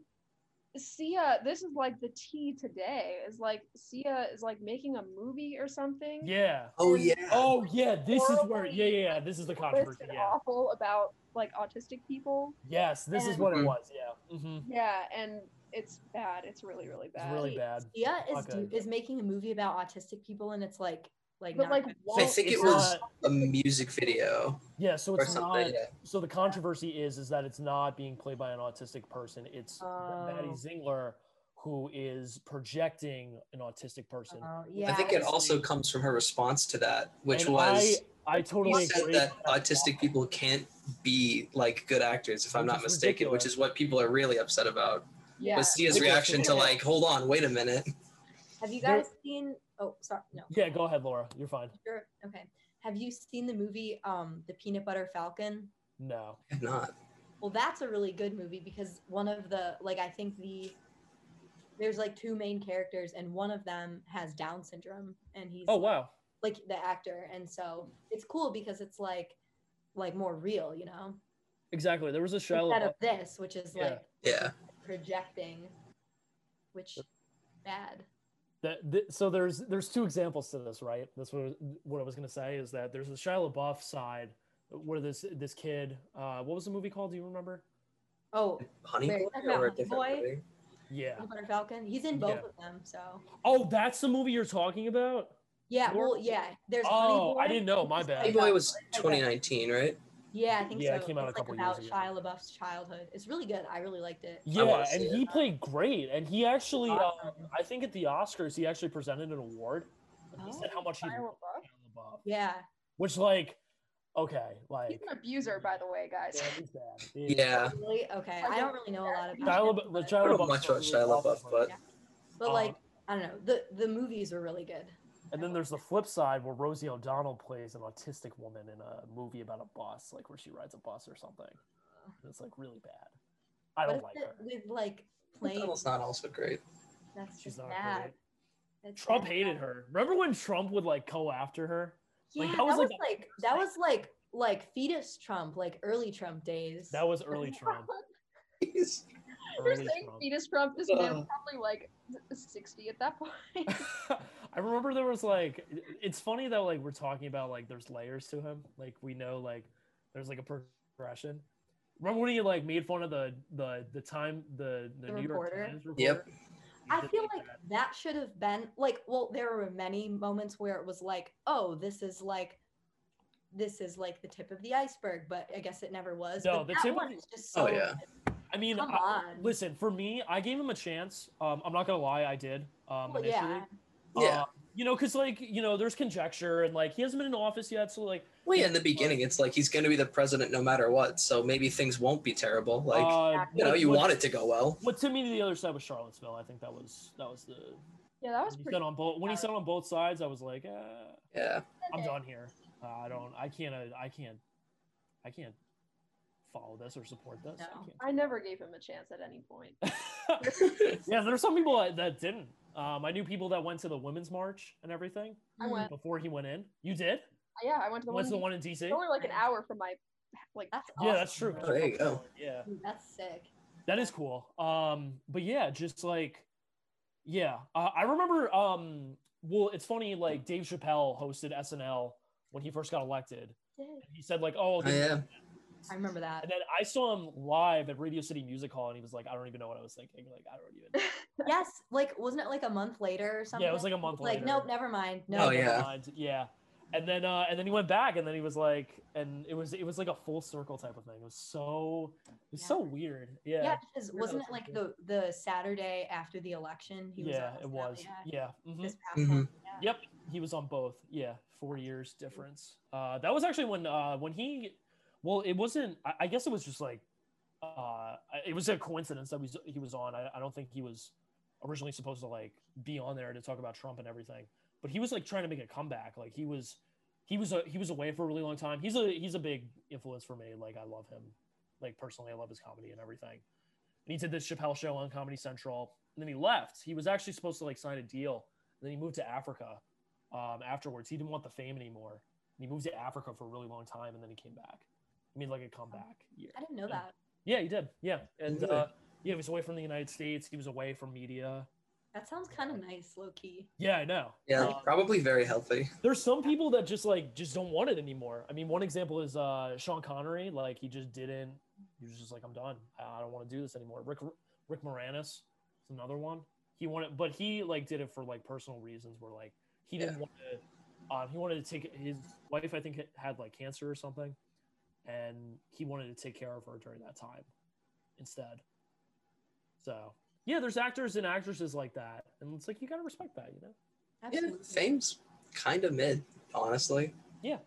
Sia. This is like the tea today. Is like Sia is like making a movie or something.
yeah.
Oh yeah.
Oh yeah, this is where
Horribly
yeah, yeah, yeah, this is the
Worse
controversy.
and
Yeah.
awful about like autistic people.
Yes, this is
And-
what it
Mhm.
was. Yeah. hmm
Yeah, and it's bad. It's really, really
It's
bad.
really bad.
Sia is
Okay.
do- is making a movie about autistic people, and it's like like
But
not
like,
I
good.
won't-
think it
It's
was
not-
a music video
yeah, so
or
Oh, it's not
something. Yeah.
so the controversy is is that it's not being played by an autistic person. It's Maddie
Oh.
Zingler who is projecting an autistic person.
Oh,
I
yeah.
think it also comes from her response to that, which
And
was
I, I totally
he said
agree.
that uh, autistic people can't be like good actors, if I'm
Which
not
is
mistaken, which
ridiculous.
is what people are really upset about.
Yeah.
Was Sia's
Which is
reaction to
ridiculous.
like, hold on, wait a minute.
Have you
there-
guys seen? Oh, sorry, no.
Yeah, go ahead, Laura. You're fine.
Sure. Okay. Have you seen the movie um, The Peanut Butter Falcon?
No.
If not,
Well, that's a really good movie because one of the like I think the there's like two main characters and one of them has Down syndrome and he's
Oh wow.
like the actor and so it's cool because it's like like more real, you know,
Exactly. There was a show.
instead of this, which is
Yeah.
like
yeah.
projecting, which bad.
That, th- so there's there's two examples to this, right? That's what what I was gonna say is that there's the Shia LaBeouf side where this this kid, uh, what was the movie called? Do you remember?
Oh,
Honey
Wait,
Boy
that's not
or a
Honey
different
Boy?
movie?
Yeah.
Peanut Butter Falcon. He's in both
Yeah.
of them, so
Oh, that's the movie you're talking about.
yeah.
Nor-
Well, yeah. There's Honey
Oh, I
Boy,
didn't know. My
which is
bad.
Honey
like
Boy
a-
was 2019, right?
Yeah, I think
Yeah,
so.
it came out a
it's like
couple years
about
ago.
Shia LaBeouf's childhood. It's really good. I really liked it.
Yeah,
wanna see
and
it.
he played great, and he actually, uh,
Awesome.
I think at the Oscars, he actually presented an award. and He
Oh.
said how much he
Shia
loved
LaBeouf?
Shia LaBeouf,
Yeah.
which like, okay, like,
He's an abuser, by the way, guys.
yeah, he's bad.
Yeah.
Really? Okay. I don't really know a lot about
Shia
him,
LaBeouf,
but,
Shia
I don't
LaBeouf's
much
a
about
really
Shia
awful
LaBeouf,
person.
but
but
Um,
like I don't know. The the movies are really good.
And then there's the flip side where Rosie O'Donnell plays an autistic woman in a movie about a bus, like where she rides a bus or something. And it's like really bad. I
What
don't
is
like
it
her.
with like playing
Donald's not also great.
that's
She's
just
not
bad.
great.
That's
Trump
bad.
hated her. Remember when Trump would like go after her?
Yeah,
Like, that
that
was,
was,
like,
like,
the
that was like like fetus Trump, like early Trump days.
That was early Trump.
He's-
You're
Early
saying
Trump.
fetus Trump. This man was
Ugh.
probably like 60 at that point.
I remember there was like it's funny that like we're talking about like there's layers to him. Like we know like there's like a progression. Remember when he like made fun of the the the time the the,
The
New
reporter?
York Times reporter?
Yep.
He
I
did
feel
like
like
that.
that should have been like, well, there were many moments where it was like, oh, this is like, this is like the tip of the iceberg, but I guess it never was.
No,
but
the
that
tip of
one
the-
is just so.
Oh, yeah.
I mean,
Come
I-
on.
listen, for me, I gave him a chance. Um, I'm not gonna lie, I did. Um,
Well,
initially.
yeah.
Uh,
Yeah.
you know, because like you know, there's conjecture and like he hasn't been in office yet, so like,
Well, yeah, in the beginning, it's like he's going to be the president no matter what. So maybe things won't be terrible. Like,
uh,
you know, you
what,
want it to go well.
What to me to the other side was Charlottesville. I think that was that was the
Yeah, that was
when he
pretty.
said on both when he said on both sides. I was like, uh,
Yeah.
I'm done here. Uh, I don't. I can't. uh, I can't. I can't follow this or support this.
No.
I never gave him a chance at any point.
I can't. yeah, there's some people that, that didn't. Um, I knew people that went to the women's march and everything
I went.
before he went in. You did?
Yeah, I went to the
Went
one.
to the one in DC?
It's only like an hour from my like.
That's
Yeah, that's true.
awesome.
Oh, there you go.
Yeah,
That's sick.
that is cool. Um, but yeah, just like, yeah, uh, I remember. Um, well, it's funny. Like Dave Chappelle hosted SNL when he first got elected.
Sick.
He said like, "Oh,
Oh,
the,
yeah.
I remember that.
And then I saw him live at Radio City Music Hall, and he was like, "I don't even know what I was thinking. Like, I don't even."
yes, like wasn't it like a month later or something?
was like a month
Like
later.
nope, never mind. No,
Oh,
Never
never
yeah.
mind. yeah. And then, uh, and then he went back, and then he was like, and it was, it was like a full circle type of thing. It was so, it was
Yeah.
so weird. Yeah.
Yeah, because
Weird
wasn't
how
it like
it
the the Saturday after the election?
yeah,
on
it was.
Saturday,
Yeah. mhm.
This past
Mhm.
one. Yeah.
Yep, he was on both. Yeah, four years difference. Uh, that was actually when uh, when he, well, it wasn't. I, I guess it was just like, uh, I- it was a coincidence that we, he was on. I, I don't think he was originally supposed to like be on there to talk about Trump and everything, but he was like trying to make a comeback. Like he was, he was a, he was away for a really long time. He's a he's a big influence for me. Like I love him, like personally, I love his comedy and everything. And he did this Chappelle show on Comedy Central, and then he left. He was actually supposed to like sign a deal. And then he moved to Africa um, afterwards. He didn't want the fame anymore. And he moved to Africa for a really long time, and then he came back. I mean, like a comeback year.
I didn't know
Yeah.
that.
Yeah, he did. Yeah, and
Really?
uh, yeah, he was away from the United States. He was away from media.
That sounds kind of nice, low key.
Yeah, I know.
Yeah,
Uh,
probably very healthy.
there's some people that just like just don't want it anymore. I mean, one example is uh, Sean Connery. Like he just didn't. He was just like, I'm done. I I don't want to do this anymore. Rick Rick Moranis is another one. He wanted, but he like did it for like personal reasons. Where like he didn't want to. Um, he wanted to take his wife. I think had- had like cancer or something, and he wanted to take care of her during that time instead. So yeah, there's actors and actresses like that, and it's like you gotta respect that, you know.
Yeah,
Absolutely.
fame's kind of mid, honestly.
Yeah.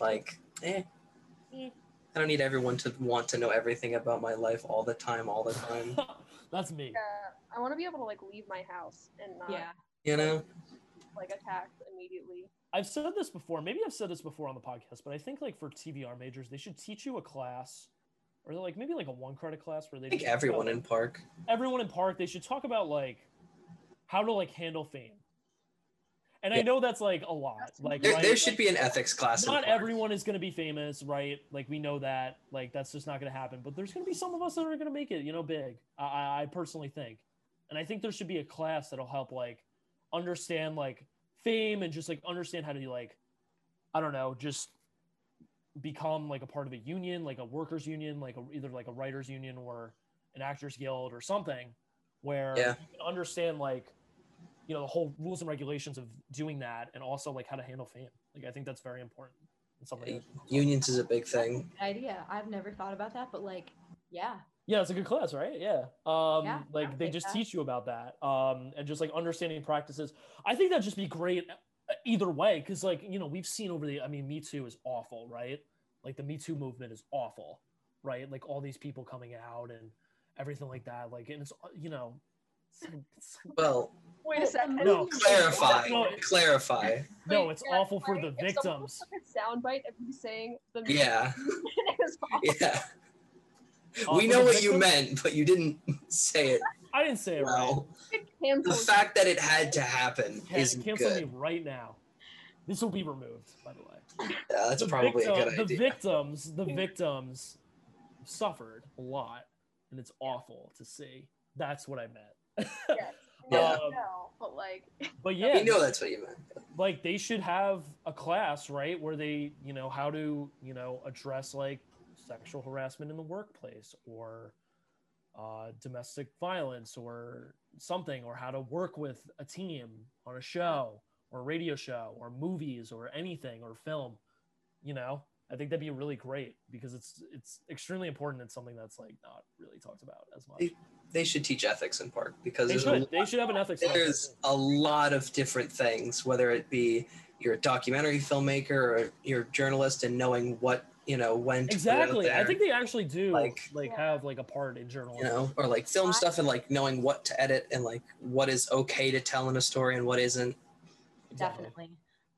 Like, eh.
Eh.
I don't need everyone to want to know everything about my life all the time, all the time.
That's me.
Yeah, I want to be able to like leave my house and not
Yeah.
You know?
like attacked immediately.
I've said this before. Maybe I've said this before on the podcast, but I think like for TVR majors, they should teach you a class, or like maybe like a one credit class where they
I think
just talk
everyone
about,
in Park.
everyone in park. They should talk about like how to like handle fame. And I
Yeah.
know that's like a lot. Like
There,
right?
there
Like,
should be an ethics class. in
not
Park.
everyone is going to be famous, right? Like we know that. Like that's just not going to happen. But there's going to be some of us that are going to make it, you know, big. I- I, I personally think, and I think there should be a class that'll help like understand like fame and just like understand how to like, I don't know, just become like a part of a union, like a workers union, like a, either like a writers union or an actors guild or something, where
Yeah.
you can understand like you know the whole rules and regulations of doing that and also like how to handle fame like i think that's very important It's something
Unions is a big thing.
Good idea. I've never thought about that, but like, yeah,
yeah it's a good class right yeah um
Yeah, I
like
would
they
take
just
that.
teach you about that um and just like understanding practices i think that'd just be great uh, either way because like you know we've seen over the i mean me too is awful right like the me too movement is awful right like all these people coming out and everything like that like and it's uh, you know it's, it's,
Well,
Wait
But
a
the
second.
movie-
No.
clarify.
No, it-
clarify.
no it's
Yeah,
awful for
like,
the
if someone
victims
took a soundbite of you saying the
Yeah.
it was awful.
Yeah.
Uh,
we
for
know
the
what you
victims-
meant, but you didn't say it
i didn't say it right
well.
Cancel
The fact that it had to happen
Can-
is
cancel
good.
me right now. This will be removed, by the way.
Yeah, that's
The
probably
victim-
a good
The
idea.
victims, the victims suffered a lot, and it's awful to see. That's what I meant.
Yeah.
Um,
No, but like
but yeah,
we know that's what you meant.
like they should have a class, right, where they, you know, how to, you know, address like sexual harassment in the workplace or uh, domestic violence or something, or how to work with a team on a show or a radio show or movies or anything or film. You know, I think that'd be really great because it's it's extremely important. It's something that's like not really talked about as much.
They should teach ethics in Park because
They
there's
should.
a
They should have an ethics. lesson.
there's a lot of different things, whether it be you're a documentary filmmaker or you're a journalist and knowing what you know when to put it out
exactly. I
there,
think they actually do like,
Like-
have like a part in journalism.
you know, or like film stuff and like knowing what to edit and like what is okay to tell in a story and what isn't.
Exactly.
definitely.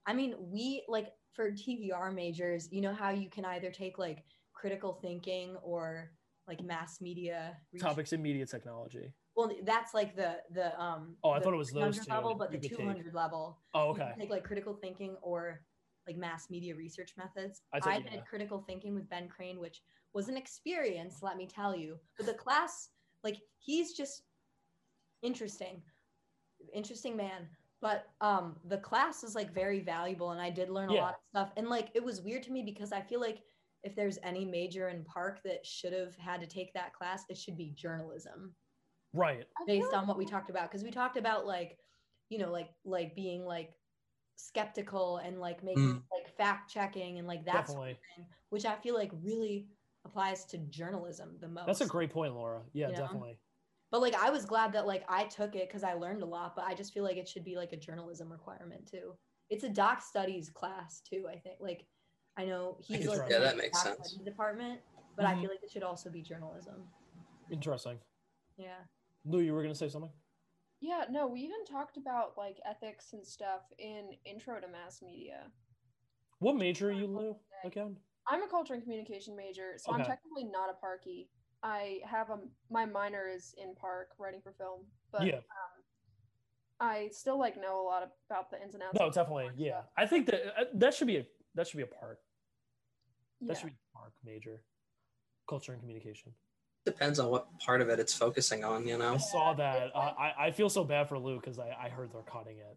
I mean, we like for TVR majors, you know how you can either take like critical thinking or like mass media reach-
Topics in media technology.
Well, that's like the the um.
Oh, I
the
thought it was those
100
two
level, but
you
the
could take.
two hundred level.
Oh,
You can
okay.
Take like critical thinking or like mass media research methods.
I
I,
took-
did
yeah.
critical thinking with Ben Crane, which was an experience, let me tell you. But the class, like he's just interesting, interesting man. But um, the class is like very valuable, and I did learn a
Yeah.
lot of stuff. And like it was weird to me because I feel like if there's any major in park that should have had to take that class, it should be journalism
Right.
based on what we talked about because we talked about like you know like like being like skeptical and like making
Mm.
like fact checking and like that's
Definitely.
which i feel like really applies to journalism the most
That's a great point, Laura. Yeah,
Yeah.
definitely.
but like i was glad that like i took it because i learned a lot but i just feel like it should be like a journalism requirement too it's a doc studies class too i think like i know he's
he's
like
right.
the
Yeah, that
head of
makes
doc
sense.
studies department but
Mhm.
i feel like it should also be journalism
Interesting.
yeah
Lou, you were gonna say something?
Yeah, no, we even talked about like ethics and stuff in Intro to Mass Media.
What major are you, Lou? Again?
I'm a culture and communication major, so I'm
Okay.
technically not a parky. I have a my minor is in park writing for film, but
yeah.
I still like know a lot of- about the ins and outs.
No,
of
definitely.
park
Yeah.
stuff.
I think that uh, that should be a that should be a part.
Yeah.
That should be a park major. Culture and communication.
Depends on what part of it it's focusing on, you
I
know?
saw that. I, I I feel so bad for Lou because I, I heard they're cutting it.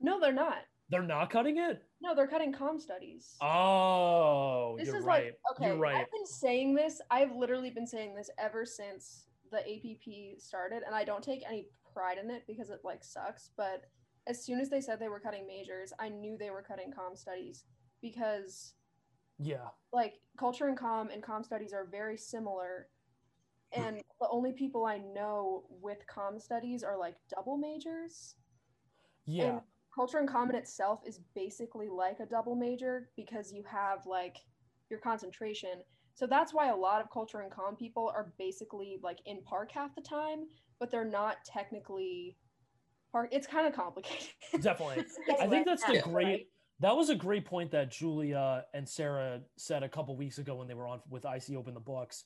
No, they're not.
They're not cutting it?
No, they're cutting com studies.
Oh,
this
you're
is
right.
like okay.
You're right.
I've been saying this. I've literally been saying this ever since the APP started, and I don't take any pride in it because it like sucks. But as soon as they said they were cutting majors, I knew they were cutting com studies because
Yeah.
like culture and com and com studies are very similar and the only people i know with com studies are like double majors
Yeah.
and culture and com in itself is basically like a double major because you have like your concentration so that's why a lot of culture and com people are basically like in park half the time but they're not technically park it's kind of complicated
Definitely. I
Anyway,
think that's the
yeah.
great that was a great point that Julia and Sarah said a couple weeks ago when they were on with IC Open the Books.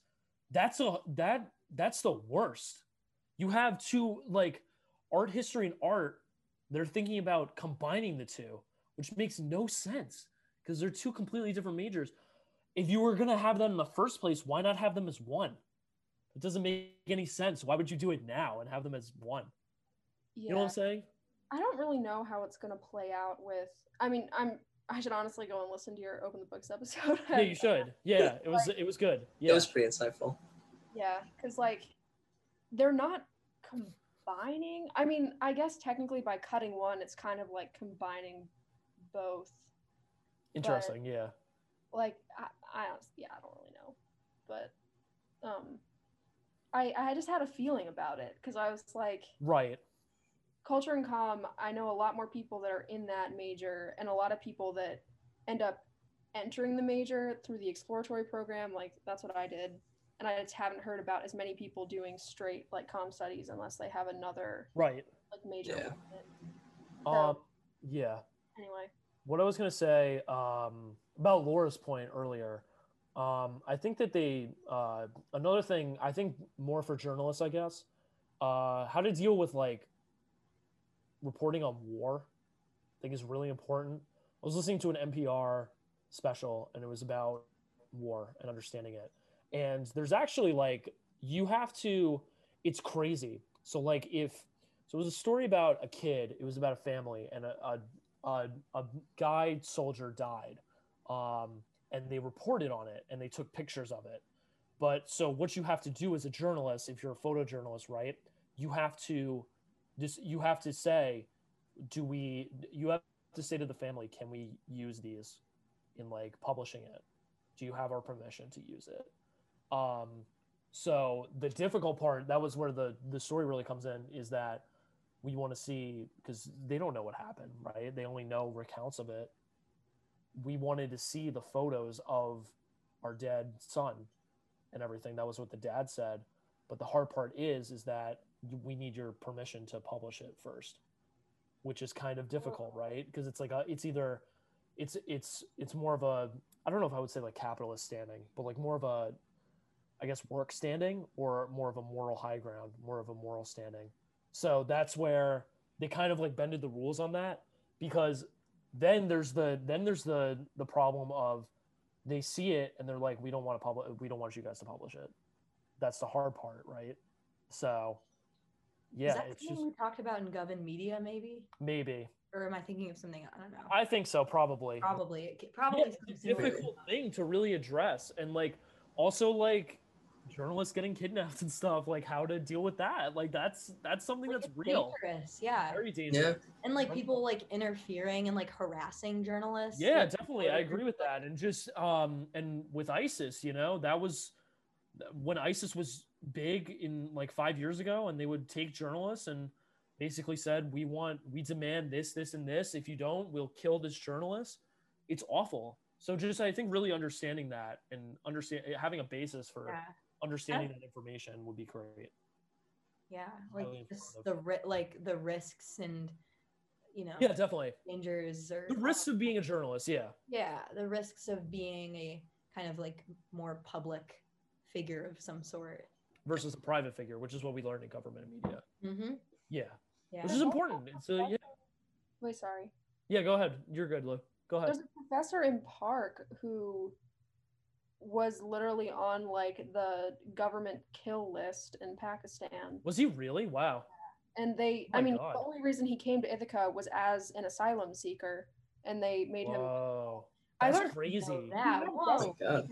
That's a that that's the worst. You have two like art history and art, they're thinking about combining the two, which makes no sense because they're two completely different majors. If you were gonna have them in the first place, why not have them as one? It doesn't make any sense. Why would you do it now and have them as one?
yeah.
You know what I'm saying?
I don't really know how it's gonna play out with. I mean, I'm. I should honestly go and listen to your open the books episode.
Yeah, you should. Yeah, it was it was good. Yeah.
It was pretty insightful.
yeah, because like, they're not combining. I mean, I guess technically by cutting one, it's kind of like combining both.
Interesting. Yeah.
Like, I, I honestly, yeah, I don't really know, but um, I I just had a feeling about it because I was like,
Right.
culture and com i know a lot more people that are in that major and a lot of people that end up entering the major through the exploratory program like that's what i did and i just haven't heard about as many people doing straight like com studies unless they have another
Right.
like major
Yeah.
with it.
Um. Yeah.
anyway
What I was gonna say um, about Laura's point earlier, um, I think that they uh, another thing I think more for journalists, I guess, uh, how to deal with like reporting on war, I think is really important. I was listening to an NPR special and it was about war and understanding it. And there's actually like you have to it's crazy. So like if so it was a story about a kid, it was about a family and a a, a, a guy soldier died. Um, and they reported on it and they took pictures of it. But so what you have to do as a journalist, if you're a photojournalist, right? You have to just you have to say, do we you have to say to the family, can we use these in like publishing it? Do you have our permission to use it? Um, so the difficult part that was where the the story really comes in is that we want to see because they don't know what happened, right? They only know recounts of it. We wanted to see the photos of our dead son and everything. That was what the dad said. But the hard part is, is that we need your permission to publish it first, which is kind of difficult, right? Because it's like a, it's either, it's it's it's more of a, I don't know if I would say like capitalist standing, but like more of a, I guess work standing or more of a moral high ground, more of a moral standing. So that's where they kind of like bended the rules on that because then there's the then there's the the problem of they see it and they're like we don't want to publish we don't want you guys to publish it. That's the hard part, right? So
is
yeah,
that
it's
something
just
we talked about in gov and media maybe
maybe
or am I thinking of something? I don't know.
I think so, probably.
probably, it-
Yeah,
probably.
it's a
something similar.
difficult thing to really address and like also like journalists getting kidnapped and stuff like how to deal with that like that's that's something that's
It's
real
dangerous, Yeah,
very dangerous
and like people like interfering and like harassing journalists.
yeah
like,
definitely i agree with that and just um and with isis you know that was when isis was big in like five years ago and they would take journalists and basically said we want we demand this this and this if you don't we'll kill this journalist it's awful so just i think really understanding that and understand having a basis for
Yeah,
understanding that information would be great
yeah,
Highly
like just
informative.
the ri- like the risks and you know
yeah definitely
dangers or
the risks of being a journalist yeah
Yeah, the risks of being a kind of like more public figure of some sort.
versus a private figure which is what we learned in government media
Mm-hmm.
yeah
Yeah.
which is important it's a, yeah
Wait, sorry.
Yeah, go ahead. You're good, Lou. Go ahead.
There's a professor in Park who was literally on like the government kill list in Pakistan.
Was he really? Wow.
And they,
Oh my
I mean,
God.
the only reason he came to Ithaca was as an asylum seeker, and they made him.
Whoa.
I
That's
learned
crazy.
Yeah,
No,
whoa.
Oh,
no.
God.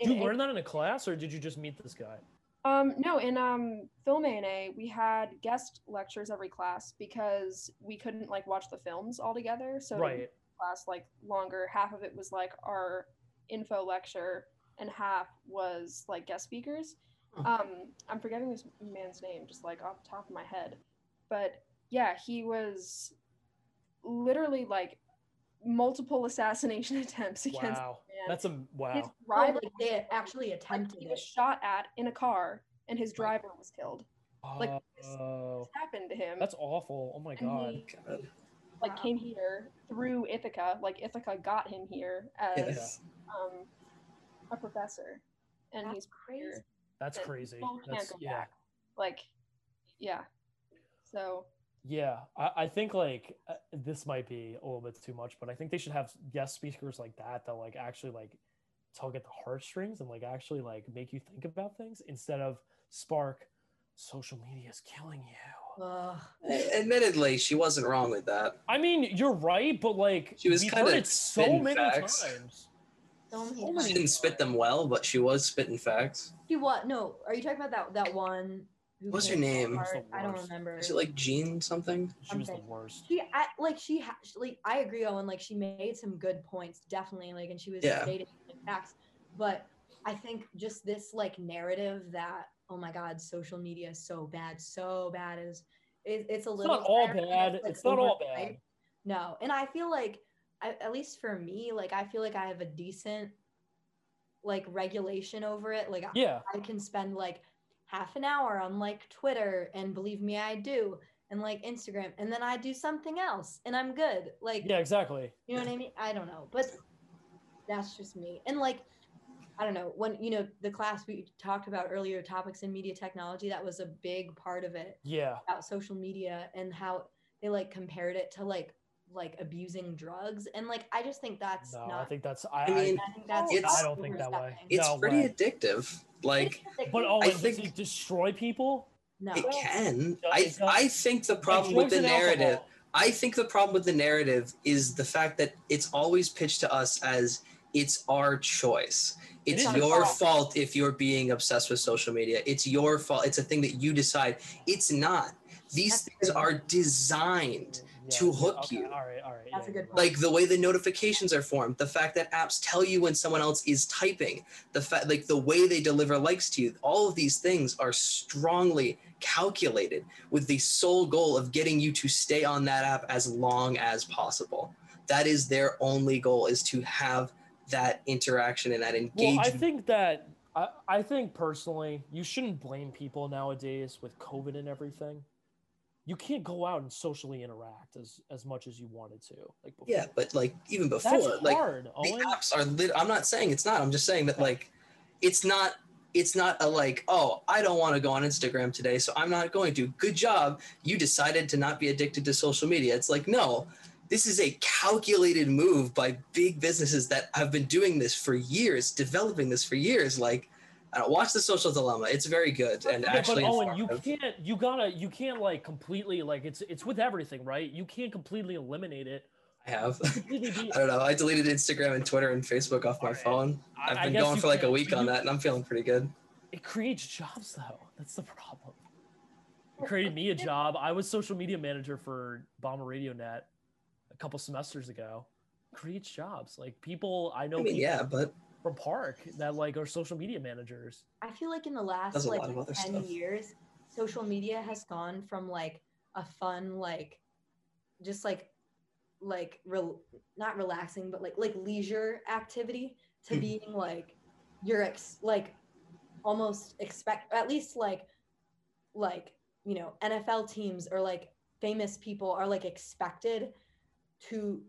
in
Did you learn that in a class or did you just meet this guy?
Um, no, in um, film A and A, we had guest lectures every class because we couldn't like watch the films all together. So it'd be
right.
class like longer. Half of it was like our info lecture, and half was like guest speakers.
Hmm.
Um, I'm forgetting this man's name just like off the top of my head, but yeah, he was literally like multiple assassination attempts against
Wow.
the man.
That's a
his
wow.
Right,
driver
like they actually
like,
attempted
he
it.
was shot at in a car, and his driver was killed. like, this-
Oh,
This happened to him.
that's awful. Oh my
and
god.
he
God.
like
Wow.
came here through Ithaca. Like Ithaca got him here as
Yes.
um, a professor, and
That's
he's
crazy.
here.
That's
that
crazy.
people can't
That's
go
yeah.
back. Like, yeah. So
Yeah. I, I think like uh, this might be a little bit too much, but I think they should have guest speakers like that that like actually like tug at the heartstrings and like actually like make you think about things instead of spark social media is killing you.
Ugh.
Admittedly, she wasn't wrong with that.
I mean, you're right, but like
She was
we've
kinda
heard it so
spitting
many
facts.
times.
So many
So
times.
She
many
didn't spit them well, but she was spitting facts.
She what? No, are you talking about that that one? who
What's
came
her
to
name?
Hart?
It's the
I don't
worst.
remember.
Is it like Jean something?
She was the
something.
worst.
she I, like she ha- she- like I agree Owen like she made some good points definitely like and she was
Yeah.
stating the facts but I think just this like narrative that oh my god social media is so bad so bad is it, it's a
It's
little
not all
I don't know,
bad.
like,
It's not all
overhyped.
bad.
no and I feel like I, at least for me like I feel like I have a decent like regulation over it like
Yeah,
I can spend like half an hour on like Twitter and believe me I do and like Instagram and then I do something else and I'm good. Like
yeah, exactly.
you know what I mean? I don't know, but that's just me. And like I don't know, when you know the class we talked about earlier topics in media technology that was a big part of it
Yeah,
about social media and how they like compared it to like like abusing drugs and like I just think that's
no, I
not
think that's I.
I mean,
I think that's
It's-
I don't think that way.
overstepping.
It's
No
pretty
way.
addictive. Like
I, but oh,
I
does
think-
it destroy people?
no.
it can.
No,
I
it's not-
I think the problem
Like,
with
drugs
the
and alcohol.
narrative I think the problem with the narrative is the fact that it's always pitched to us as it's our choice.
It
It's
is
your
our
fault. if you're being obsessed with social media. It's your fault. It's a thing that you decide. It's not. These
That's
things
true.
are designed. to
yeah,
hook
okay,
you.
All right, all right.
That's
yeah,
a good
you're right.
Like the way the notifications are formed, the fact that apps tell you when someone else is typing, the fact like the way they deliver likes to you, all of these things are strongly calculated with the sole goal of getting you to stay on that app as long as possible. That is their only goal is to have that interaction and that
Well,
engagement.
I think that I, I think personally, you shouldn't blame people nowadays with COVID and everything. You can't go out and socially interact as as much as you wanted to, like before.
yeah, but like even before,
That's
like
hard,
the
Owen.
apps are lit i'm not saying it's not i'm just saying that like it's not it's not a like oh i don't want to go on instagram today so i'm not going to good job you decided to not be addicted to social media it's like no this is a calculated move by big businesses that have been doing this for years developing this for years like I don't watch the social dilemma. It's very good and
Yeah,
actually
but Owen, you
informative.
can't. You gotta. You can't like completely like it's. It's with everything, right? You can't completely eliminate it.
I have.
Completely be-
I don't know. I deleted Instagram and Twitter and Facebook off my
Alright.
phone.
I-
I've
I
been
guess
going
you
for like a
can't.
week on
You-
that, and I'm feeling pretty good.
It creates jobs though. That's the problem. It created me a job. I was social media manager for Bomber Radio Net a couple semesters ago. Creates jobs. Like people I know
I mean,
people
yeah, but
from Park that like are social media managers.
I feel like in the
Does
last
a
like
lot of other
10
stuff.
years, social media has gone from like a fun, like just like like rel- not relaxing, but like like leisure activity to
Hmm.
being like you're ex- like almost expect at least like like you know NFL teams or like famous people are like expected to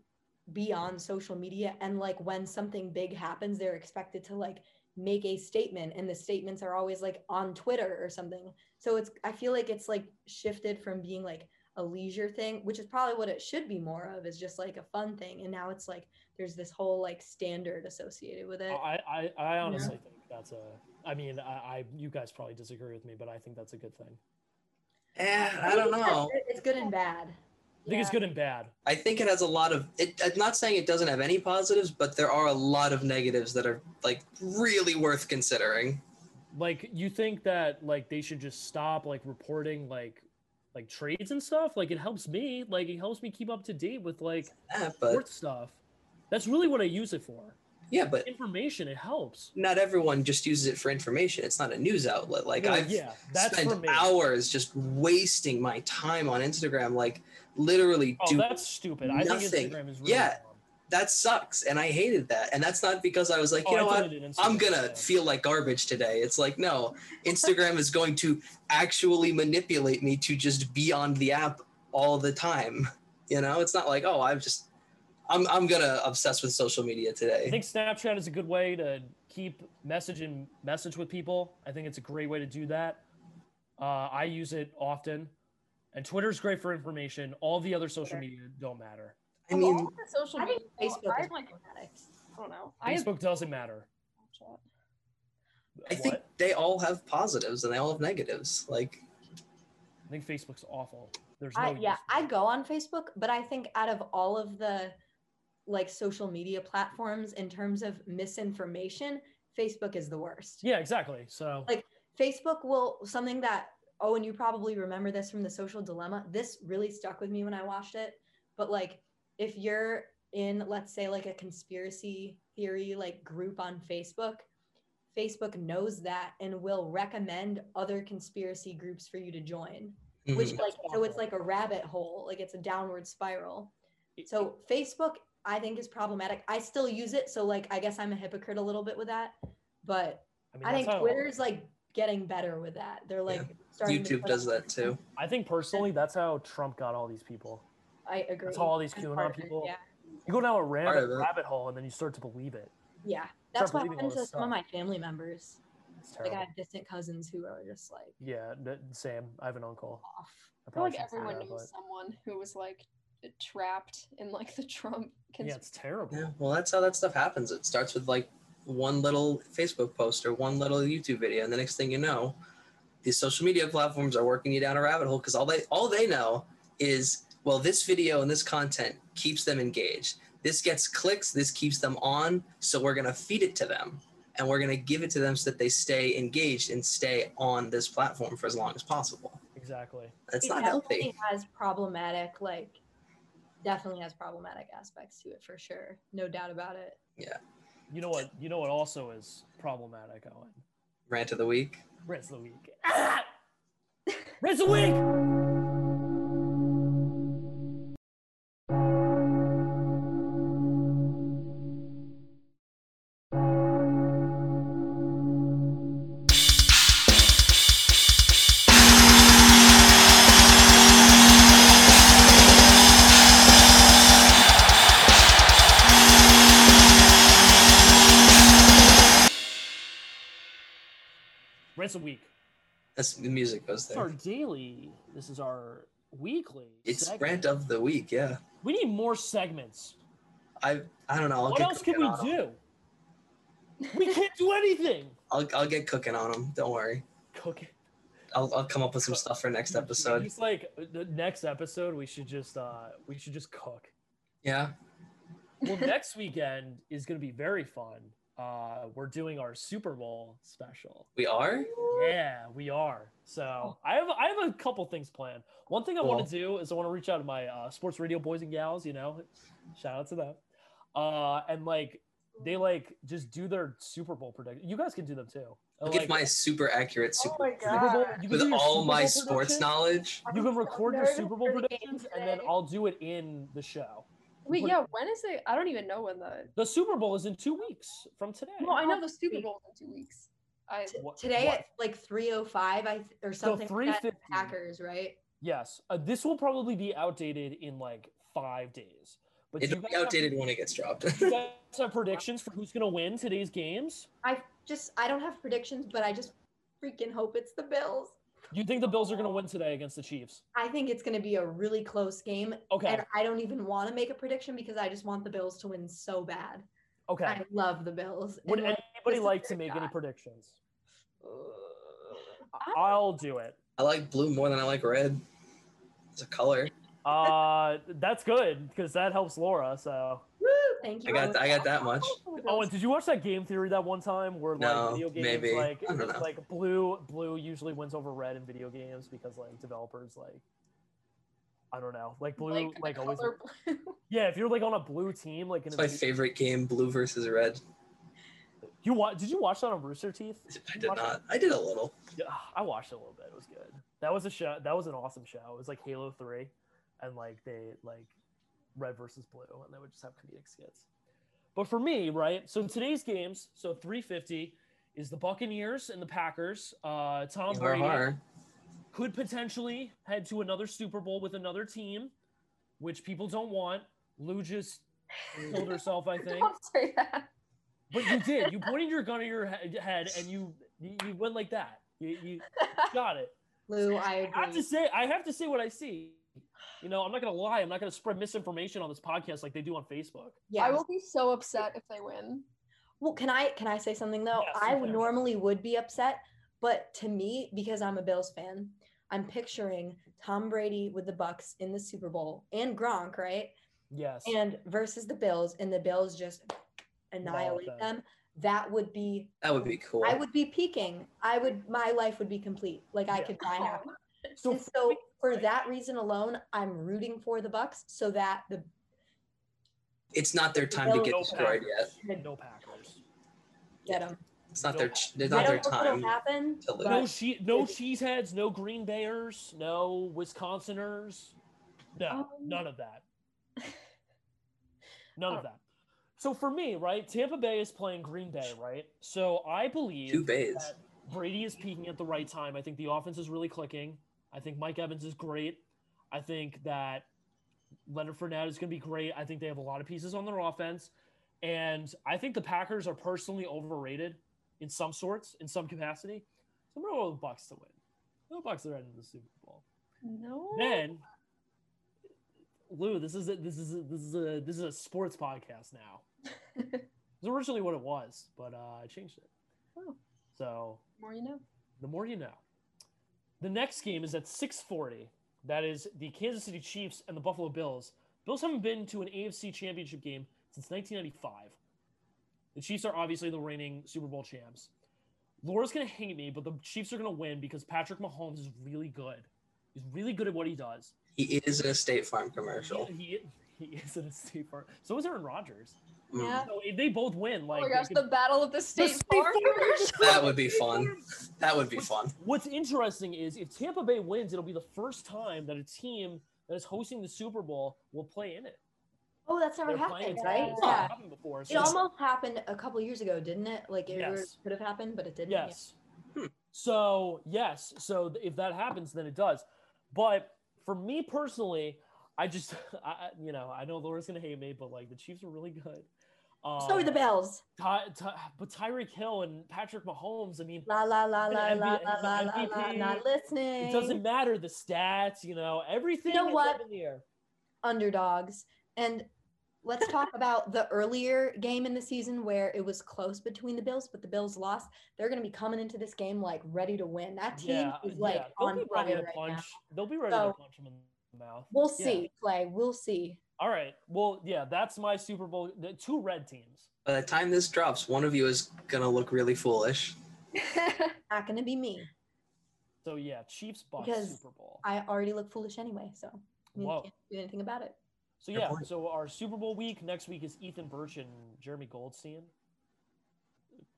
be on social media and like when something big happens they're expected to like make a statement and the statements are always like on twitter or something so it's i feel like it's like shifted from being like a leisure thing which is probably what it should be more of is just like a fun thing and now it's like there's this whole like standard associated with it
I, I, I honestly think that's a I mean, I, I you guys probably disagree with me, but I think that's a good thing.
eh, I don't know.
it's good and bad
I think it's good and bad.
I think it has a lot of. It, I'm not saying it doesn't have any positives, but there are a lot of negatives that are like really worth considering.
Like you think that like they should just stop like reporting like like trades and stuff? Like it helps me. Like it helps me keep up to date with like
Eh, but
sports stuff. That's really what I use it for.
yeah, but
Information, it helps.
not everyone just uses it for information. It's not a news outlet. Like
Well,
I've
yeah, that's for
spent
me.
hours just wasting my time on Instagram. Like literally,
oh,
do
that's stupid. I
nothing.
think Instagram is really
Yeah,
dumb.
that sucks, and I hated that. And that's not because I was like, you
Oh, I
know what,
deleted Instagram,
I'm gonna
yeah.
feel like garbage today. It's like no, Instagram is going to actually manipulate me to just be on the app all the time. You know, it's not like oh, I'm just, I'm I'm gonna obsess with social media
I
today.
think Snapchat is a good way to keep message and message with people. I think it's a great way to do that. Uh, I use it often, and Twitter's great for information. All the other social
Sure.
media don't matter.
I
Of
mean,
all the social
i
media,
think facebook
I
is
like.
problematic
I don't know. I have
Facebook doesn't matter.
Snapchat.
I think
What?
they all have positives and they all have negatives. Like
I think Facebook's awful. There's no.
I, yeah,
use for
I
it.
go on Facebook, but I think out of all of the like social media platforms in terms of misinformation, Facebook is the worst.
Yeah, exactly. So
Like- Facebook will something that oh, and you probably remember this from the social dilemma. This really stuck with me when I watched it. But like if you're in let's say like a conspiracy theory like group on Facebook, Facebook knows that and will recommend other conspiracy groups for you to join which
mhm.
like so it's like a rabbit hole like it's a downward spiral so facebook i think is problematic i still use it so like i guess i'm a hypocrite a little bit with that but
mean,
i
that's
think
how-
twitter is like getting better with that they're like starting to
YouTube
put
does
up-
that too.
I think personally, that's how Trump got all these people.
i agree
That's how all these
That's
QAnon
part of it,
people-
yeah
You go down
Part
a
of
rabbit,
it.
rabbit hole, and then you start to believe it.
yeah that's
Start
what
believing all
happened to
this
some of my
stuff.
family members
It's terrible.
like i have distant cousins who are just like
yeah, n- same. I have an uncle.
off
I
I feel
probably
like
shouldn't say
everyone
that,
knows
but-
someone who was like trapped in like the Trump
Yeah,
conspiracy.
it's terrible.
Yeah, well, that's how that stuff happens. It starts with like one little Facebook post or one little YouTube video, and the next thing you know, these social media platforms are working you down a rabbit hole because all they all they know is well, this video and this content keeps them engaged. This gets clicks. This keeps them on. So we're gonna feed it to them, and we're gonna give it to them so that they stay engaged and stay on this platform for as long as possible.
Exactly.
That's
it
not
definitely
healthy.
has problematic like definitely has problematic aspects to it for sure no doubt about it
You know what? You know what also is problematic, Owen.
Rant of the week.
Rest of the week. Ah! Rest of the week. Rest of the week.
That's the music goes
This is our
there.
daily. This is our weekly.
It's
segment.
rant of the week. Yeah.
We need more segments.
I I don't know. I'll
what
get
else can
cooking
we
on 'em.
do? We can't do anything.
I'll, I'll get cooking on them. Don't worry.
Cook it.
I'll, I'll come up with some stuff for next episode.
It's like uh, the next episode. We should just uh we should just cook.
Yeah.
Well, next weekend is gonna be very fun. Uh, we're doing our Super Bowl special.
We are?
Yeah, we are. So I have I have a couple things planned. One thing I want
Cool.
to do is I want to reach out to my uh, sports radio boys and gals. You know, shout out to them. Uh, and like they like just do their Super Bowl prediction. You guys can do them too.
I'll
like,
give my super accurate
Oh
super
my
Super Bowl-
God.
you can
with
do your
all
Super
my
Bowl
sports
predictions.
knowledge.
You can
I'm so
record your
nervous
Super Bowl
for the game
predictions, and then
today.
I'll do it in the show.
Wait, yeah, when is it? I don't even know when the.
The Super Bowl is in two weeks from today.
Well, I know the Super Bowl in two weeks. I
T-
What-
today
what?
at like 305 I th- or something like that,
3:15.
Packers, right?
Yes, uh, this will probably be outdated in like five days. But
It'll
you
be
guys have-
outdated when it gets dropped.
you guys have predictions for who's gonna win today's games?
I just I don't have predictions, but I just freaking hope it's the Bills.
You think the Bills are gonna win today against the Chiefs?
I think it's going to be a really close game
Okay,
and I don't even want to make a prediction because I just want the Bills to win so bad.
okay.
I love the Bills.
Would
and, like, this
anybody
is
like to
their
make any
shot.
predictions?
uh,
I'll do it.
I like blue more than I like red. It's a color.
Uh, that's good because that helps Laura. So,
woo, thank you.
I got I got that much.
oh, and did you watch that Game Theory that one time where like
No,
video games
maybe.
like
I don't
it's
know.
like blue blue usually wins over red in video games because like developers like I don't know like blue like,
the
always
color blue.
yeah if you're like on a blue team like in
It's
a
my
video,
favorite game, blue versus red.
you watch did you watch that on Rooster Teeth?
I did not. I did a little.
Yeah, I watched it a little bit. It was good. That was a show. That was an awesome show. It was like Halo Three, and like they like red versus blue, and they would just have comedic skits. But for me, right? So today's games. So 350 is the Buccaneers and the Packers. Uh, Tom
Har,
Brady
har.
could potentially head to another Super Bowl with another team, which people don't want. Lou just killed herself, I think.
Don't say that.
But you did. You pointed your gun at your he- head, and you you you went like that. You, you got it.
Lou, I
I have
agree.
to say, I have to say what I see. You know, I'm not gonna lie. I'm not gonna spread misinformation on this podcast like they do on Facebook.
yeah.
I will be so upset if they win.
Well, can I can I say something though?
Yes,
I
you
would
can.
normally would be upset, but to me, because I'm a Bills fan, I'm picturing Tom Brady with the Bucks in the Super Bowl and Gronk, right?
Yes.
And versus the Bills, and the Bills just annihilate
them.
them. That would be
That would be cool.
I would be peaking. I would my life would be complete. Like I
Yeah.
could die happy.
so
and so for
right?
that reason alone, I'm rooting for the Bucks so that the
It's not their time to get
no
destroyed
Packers.
yet.
No Packers.
get them.
It's not their ch- it's
I
not
don't
their
know if it'll
time.
happen.
to lose.
but-
No she no cheeseheads, no Green Bayers, no Wisconsiners. No,
Um,
none of that. None
Oh.
of that. So for me, right, Tampa Bay is playing Green Bay, right? So I believe
Two bays.
that Brady is peaking at the right time. I think the offense is really clicking. I think Mike Evans is great. I think that Leonard Fournette is going to be great. I think they have a lot of pieces on their offense, and I think the Packers are personally overrated in some sorts, in some capacity. So I'm going to go with the Bucks to win. The Bucks are in the Super Bowl.
No.
Then, Lou, this is a, this is a, this is a this is a sports podcast now. it's originally what it was, but uh, I changed it.
Oh.
So
More you know.
the more you know. The next game is at 6:40. That is the Kansas City Chiefs and the Buffalo Bills. Bills haven't been to an AFC Championship game since 1995. The Chiefs are obviously the reigning Super Bowl champs. Laura's gonna hate me, but the Chiefs are gonna win because Patrick Mahomes is really good. He's really good at what he does.
He is in a State Farm commercial.
He, he, he is in a state farm. So is Aaron Rodgers.
Mm.
Yeah.
So if they both win, like
oh my
they
gosh,
could-
the battle of the
The
state.
State
Farm.
Farm.
That would be fun. That would be fun.
What's interesting is if Tampa Bay wins, it'll be the first time that a team that is hosting the Super Bowl will play in it.
Oh, that's never
They're
happened,
playing in it.
right?
It's never
Yeah.
happened before.
It
So
almost happened a couple years ago, didn't it? Like it
Yes.
could have happened, but it didn't. Yeah.
yes.
Hmm.
So yes. So th- if that happens, then it does. But for me personally, I just, I, I- you know, I know Laura's gonna hate me, but like the Chiefs are really good. Um,
So are the Bills.
Ty, Ty, but Tyreek Hill and Patrick Mahomes. I mean,
La la la
An
la la
MV-
la
an
la la la.
MVP.
Not listening.
It doesn't matter the stats, you know, everything
know
is
what?
up in the air.
Underdogs and Let's talk about the earlier game in the season where it was close between the Bills, but the Bills lost. They're going to be coming into this game like ready to win. That team
yeah,
is like
yeah. They'll
on
be
fire
ready
right
to punch.
now.
They'll be ready
So-
to punch him in the mouth.
We'll
Yeah.
see, Clay. We'll see.
All right. Well, yeah, that's my Super Bowl. The two red teams.
By the time this drops, one of you is gonna look really foolish.
Not going to be me.
So yeah, Chiefs Bucks
Because
Super Bowl.
I already look foolish anyway, so I mean,
Whoa.
can't do anything about it.
So
Fair
yeah,
point.
so our Super Bowl week next week is Ethan Birch and Jeremy Goldstein.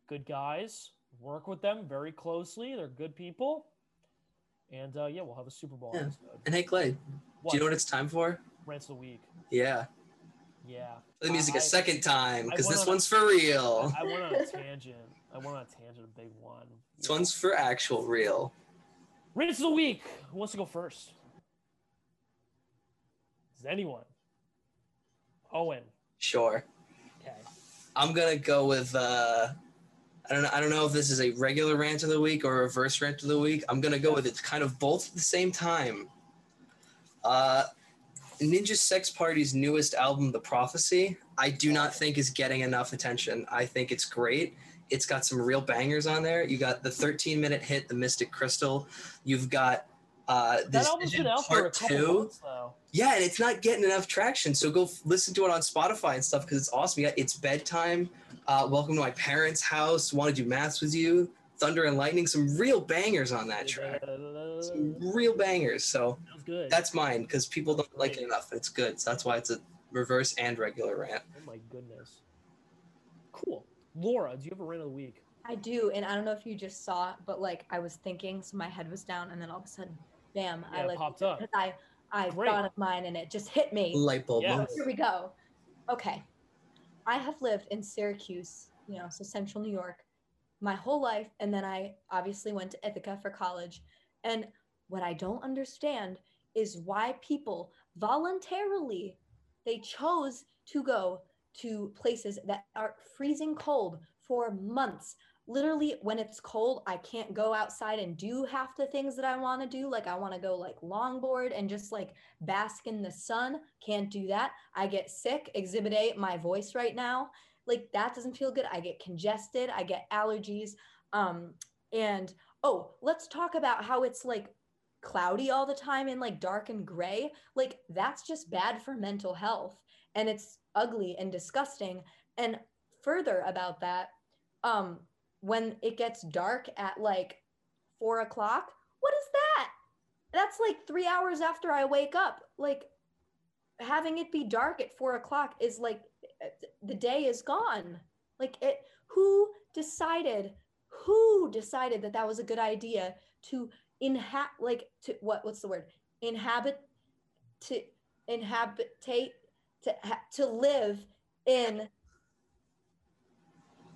Good guys. Work with them very closely. They're good people. And uh, yeah, we'll have a Super Bowl
Yeah.
episode.
And hey, Clay,
What?
do you know what it's time for?
Rants of the week.
Yeah,
Yeah.
play the music
I-
a second time
I
because
went
this
on a-
one's for real.
I, I went on a tangent. I went on a tangent, a big one.
This one's for actual real.
Rinse of the week. Who wants to go first? Is anyone? Owen.
Sure.
Okay.
I'm gonna go with uh, I don't know, I don't know if this is a regular rant of the week or a reverse rant of the week. I'm gonna go with it's kind of both at the same time. Uh, Ninja Sex Party's newest album, The Prophecy, I do not think is getting enough attention. I think it's great. It's got some real bangers on there. You got the 13 minute hit, The Mystic Crystal. You've got uh,
That
this
album's
Vision
been out for a
part
couple
two.
months though.
Yeah, and it's not getting enough traction. So go f- listen to it on Spotify and stuff because it's awesome. Yeah, it's bedtime. Uh, Welcome to my parents' house. Want to do maths with you? Thunder and lightning. Some real bangers on that track. Some
Sounds
real bangers. So
good.
that's mine because people don't like it enough. It's good. So that's why it's a reverse and regular rant.
Oh my goodness. Cool. Laura, do you have a rant of the week?
I do, and I don't know if you just saw, but like I was thinking, so my head was down, and then all of a sudden, bam!
Yeah,
I
it
like
popped up.
I I
Great.
thought of mine, and it just hit me.
Light bulb.
Yeah.
moment.
Oh, Here we go. Okay. I have lived in Syracuse, you know, so central New York, my whole life. And then I obviously went to Ithaca for college. And what I don't understand is why people voluntarily they chose to go to places that are freezing cold for months. Literally, when it's cold, I can't go outside and do half the things that I want to do. Like I want to go like longboard and just like bask in the sun. Can't do that. I get sick, exhibit A, my voice right now. Like that doesn't feel good. I get congested, I get allergies. Um, and oh, let's talk about how it's like cloudy all the time and like dark and gray. Like that's just bad for mental health and it's ugly and disgusting. And further about that, um, when it gets dark at like four o'clock, what is that? that's like three hours after I wake up. Like having it be dark at four o'clock is like uh, the day is gone. Like it, who decided? Who decided that that was a good idea to inhabit? Like to what? What's the word? Inhabit to inhabitate to ha- to live in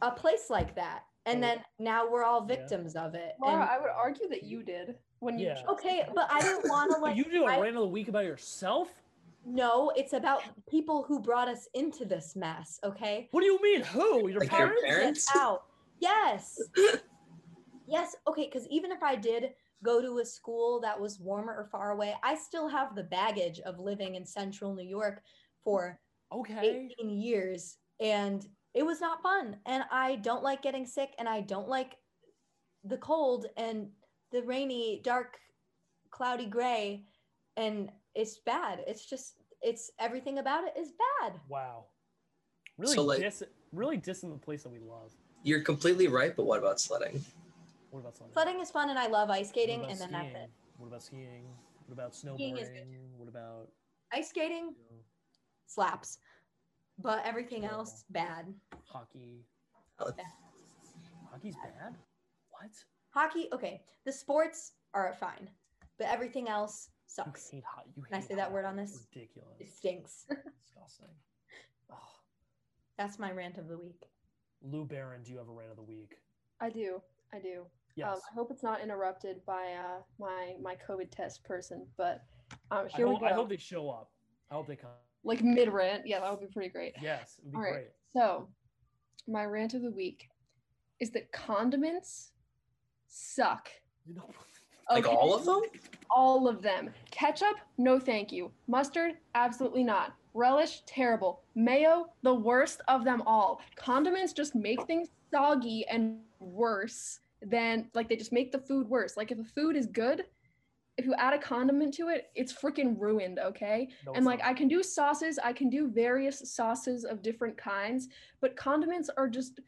a place like that. And then now we're all
Yeah.
victims of it.
Laura,
and-
I would argue that you did when you.
Yeah.
okay, but I didn't want to
Wait,
like.
you do a
I-
rant of the week about yourself?
No, it's about people who brought us into this mess, okay?
What do you mean? Who? Your
Like your
parents?
parents?
Out. Yes. yes. Okay. Because even if I did go to a school that was warmer or far away, I still have the baggage of living in central New York for
Okay.
18 years and it was not fun and i don't like getting sick and i don't like the cold and the rainy dark cloudy gray and it's bad it's just it's everything about it is bad
Wow. Really
So, like-
dis really dissing the place that we love.
You're completely right, but what about sledding?
What about something?
flooding is fun and i love ice
What
skating
about
and then that's
skiing?
it
What about skiing? What about
Skiing is good.
snowboarding? What about
ice skating
you know,
slaps but everything else bad
hockey?
Oh.
Hockey's bad? What?
hockey okay the sports are fine but everything else
You
sucks
hate hot. You
Can I
hate
say that word
hockey.
on this?
Ridiculous.
it stinks
Disgusting. Oh.
that's my rant of the week
Lou Barron, do you have a rant of the week?
I do. I do.
Yes.
Um, I hope it's not interrupted by uh, my my COVID test person, but um,
I
here
hope-
we
I
go.
hope they show up. I hope they come.
like mid rant, yeah, that would be pretty great.
Yes, it'd be
All right.
great.
So, my rant of the week is that condiments suck.
Oh, You know,
Like all of them?
all of them. Ketchup, no thank you. Mustard, absolutely not. Relish, terrible. Mayo, the worst of them all. Condiments just make things soggy and worse than, like, they just make the food worse. Like, if a food is good, if you add a condiment to it, it's freaking ruined, okay?
No,
and
it's
like
not.
I can do sauces, I can do various sauces of different kinds, but condiments are just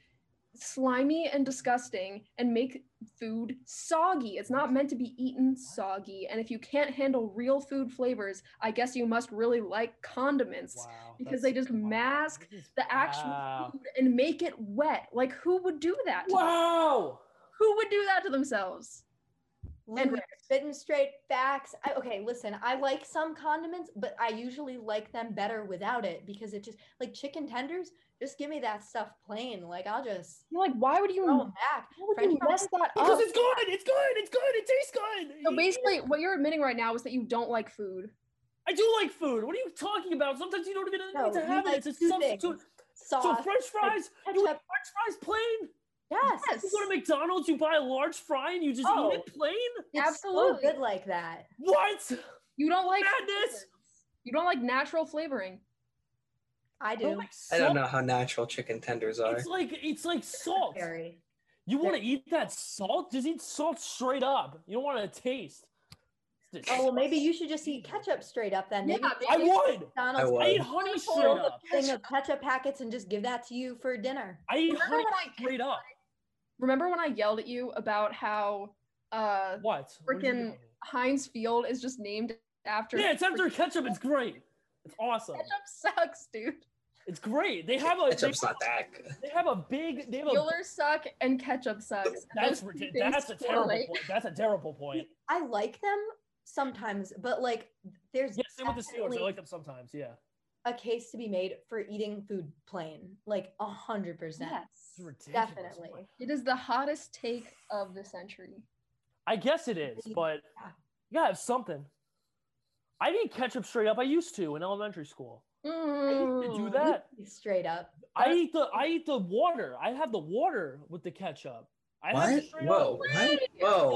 slimy and disgusting and make food soggy. It's not meant to be eaten soggy. And if you can't handle real food flavors, I guess you must really like condiments
Wow,
because
that's-
they just
wow,
mask
this is-
the actual
wow.
food and make it wet. Like who would do that? to-
Wow.
Who would do that to themselves?
Lou, you're spitting straight facts. I, okay, listen, I like some condiments, but I usually like them better without it because it just like chicken tenders. Just give me that stuff plain. Like I'll just
You're like, why would you,
throw
why
them back.
would
French
you mess that
Because
up?
it's good. It's good. It's good. It tastes good.
Oh. So basically, what you're admitting right now is that you don't like food.
I do like food. What are you talking about? Sometimes you don't even
No,
need to
you
have
like
it. It's a
two
substitute.
things.
So
Sauce.
French fries. You like
ketchup.
French fries plain?
Yes.
Yes.
You go to McDonald's, you buy a large fry, and you just
Oh.
eat it plain?
It's
Absolutely.
So good like that.
What? Oh
You don't like
Madness!
flavors. You don't like natural flavoring.
I
They're
do.
like
I don't
salt-
know how natural chicken tenders are.
It's like it's like salt.
Very.
You want to eat that salt? Just eat salt straight up. You don't want to taste. It's
Oh, well, maybe you should just eat ketchup straight up then.
Yeah,
Maybe
I
take
would.
McDonald's
I would.
I eat honey straight
full of
up.
thing of ketchup packets and just give that to you for dinner.
I eat
Remember
honey
when I-
straight up.
Remember when I yelled at you about how uh
What? What did you
Frickin'
do?
Heinz Field is just named after
Yeah, it's after ketchup. It's great. It's awesome.
ketchup sucks, dude.
It's great. They have a they,
Ketchup's not that good.
they have a big they have a
Feelers suck and ketchup sucks. And
that's
those two
ridic-
things
that's a terrible
correlate.
point. That's a terrible point.
I like them sometimes, but like there's
Yeah, same with the Steelers. I
definitely
like them sometimes. Yeah,
a case to be made for eating food plain, like a hundred percent.
it's
Yes.
ridiculous.
Definitely.
It is the hottest take of the century.
I guess it is, but you gotta have something. I didn't ketchup straight up. I used to in elementary school. to do
Mm.
that.
Straight up.
I eat the I eat the water. I have the water with the ketchup. I have
What?
it straight
Whoa,
up.
what?
I
Whoa,
sucked it
whoa.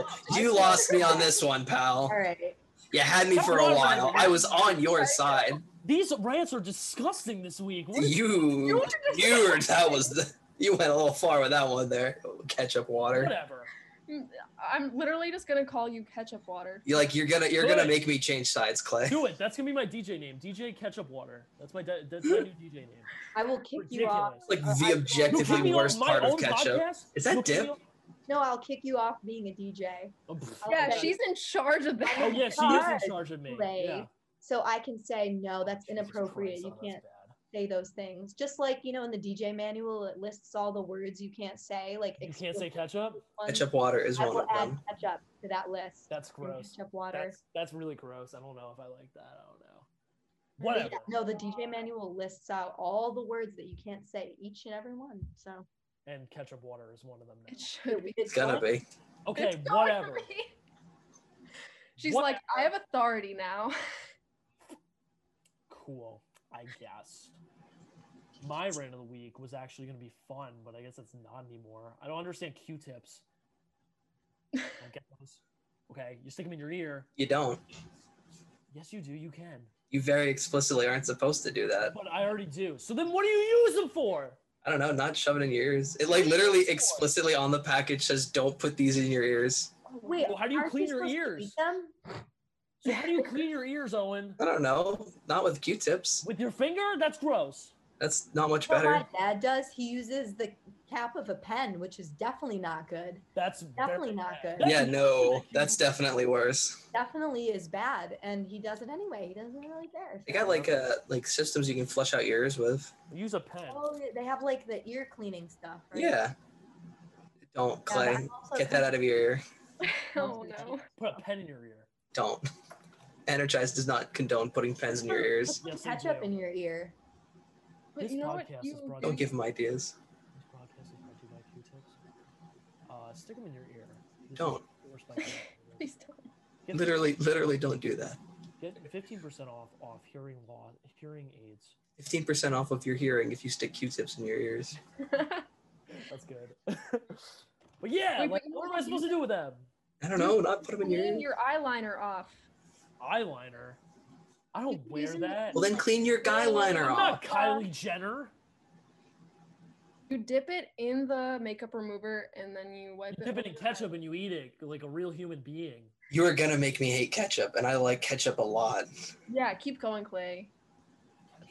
up. I
You
sucked
lost me on this one, pal.
All right.
You had me for a while. I was on your side.
These rants are disgusting this week. What is-
You, you were, that was, the, you went a little far with that one there. Ketchup water.
whatever.
I'm literally just gonna call you ketchup water.
You're like, you're gonna, you're gonna
Good.
make me change sides, Clay.
Do it. That's gonna be my DJ name. DJ Ketchup Water. That's my de- that's my new DJ name.
I will kick you off.
Ridiculous.
Like
or I
the
will-
You'll kick
objectively
me off
worst
my
part of
own
ketchup.
podcast?
Is that
You'll kick
dip?
me off-
No, I'll kick you off being a DJ.
Oh, pff.
I'll
Yeah,
say-
she's in charge of
Oh
that.
yeah, she is
God,
in charge Oh, of me.
Ray.
Yeah.
So I can say no. That's
Jesus
inappropriate.
Christ,
You
oh, that's
can't
bad.
say those things. Just like you know, in the DJ manual, it lists all the words you can't say. Like
You can't
explicit
say ketchup.
ones.
Ketchup water is
I
one
will
of
add
them.
ketchup to that list.
That's
and
gross.
Ketchup water.
That's that's really gross. I don't know if I like that. I don't know.
But yeah,
Whatever.
no, the DJ manual lists out all the words that you can't say, each and every one. So
And ketchup water is one of them. Now.
It should be.
It's gonna be.
Okay,
It's going for
whatever.
me. She's
What-
like, I have authority now.
Cool, I guess. My rant of the week was actually going to be fun, but I guess it's not anymore. I don't understand Q-tips. I don't get those. Okay, you stick them in your ear.
You don't.
Yes, you do. You can.
You very explicitly aren't supposed to do that.
But I already do. So then, what do you use them for?
I don't know, not shove it in your ears. It like literally explicitly on the package says don't put these in your ears.
wait,
Well, how do you
aren't
clean
we
your
supposed to
ears?
eat them?
So how do you clean your ears, Owen?
I don't know. Not with Q-tips.
With your finger? That's gross.
That's not much
What
better.
my dad does, he uses the cap of a pen, which is definitely not good.
That's
Definitely
very
not
bad.
good.
Yeah, no, that's definitely worse.
Definitely is bad, and he does it anyway. He doesn't really care.
They got like uh like systems you can flush out your ears with.
Use a pen.
Oh, they have like the ear cleaning stuff. Right?
Yeah. Don't
Yeah,
Clay.
I'm also
Get that out of your ear.
oh no.
Put a pen in your ear.
Don't. Energize does not condone putting pens in your ears.
Yes, they
ketchup
do.
in your ear.
But
This
you know what?
podcast is
You,
brought
Don't give them ideas.
This podcast is brought to you by Q-tips. Uh, stick them in your ear. This is
Don't.
endorsed by Q-tips.
please don't.
Get-
Literally, literally don't do that.
Get fifteen percent off off hearing law hearing aids.
15% off of your hearing if you stick Q-tips in your ears.
That's good. but yeah, like,
Wait, but you
what
know
am I
what
supposed to do with them?
I don't know. Not put them in your.
Clean your eyeliner off.
Eyeliner. I don't
You're
wear
using-
that.
Well, then clean your guy liner
I'm
off.
not Kylie Jenner.
You dip it in the makeup remover and then you wipe
You
it.
dip it in
over.
ketchup and you eat it like a real human being.
You are gonna make me hate ketchup, and I like ketchup a lot.
Yeah, keep going, Clay.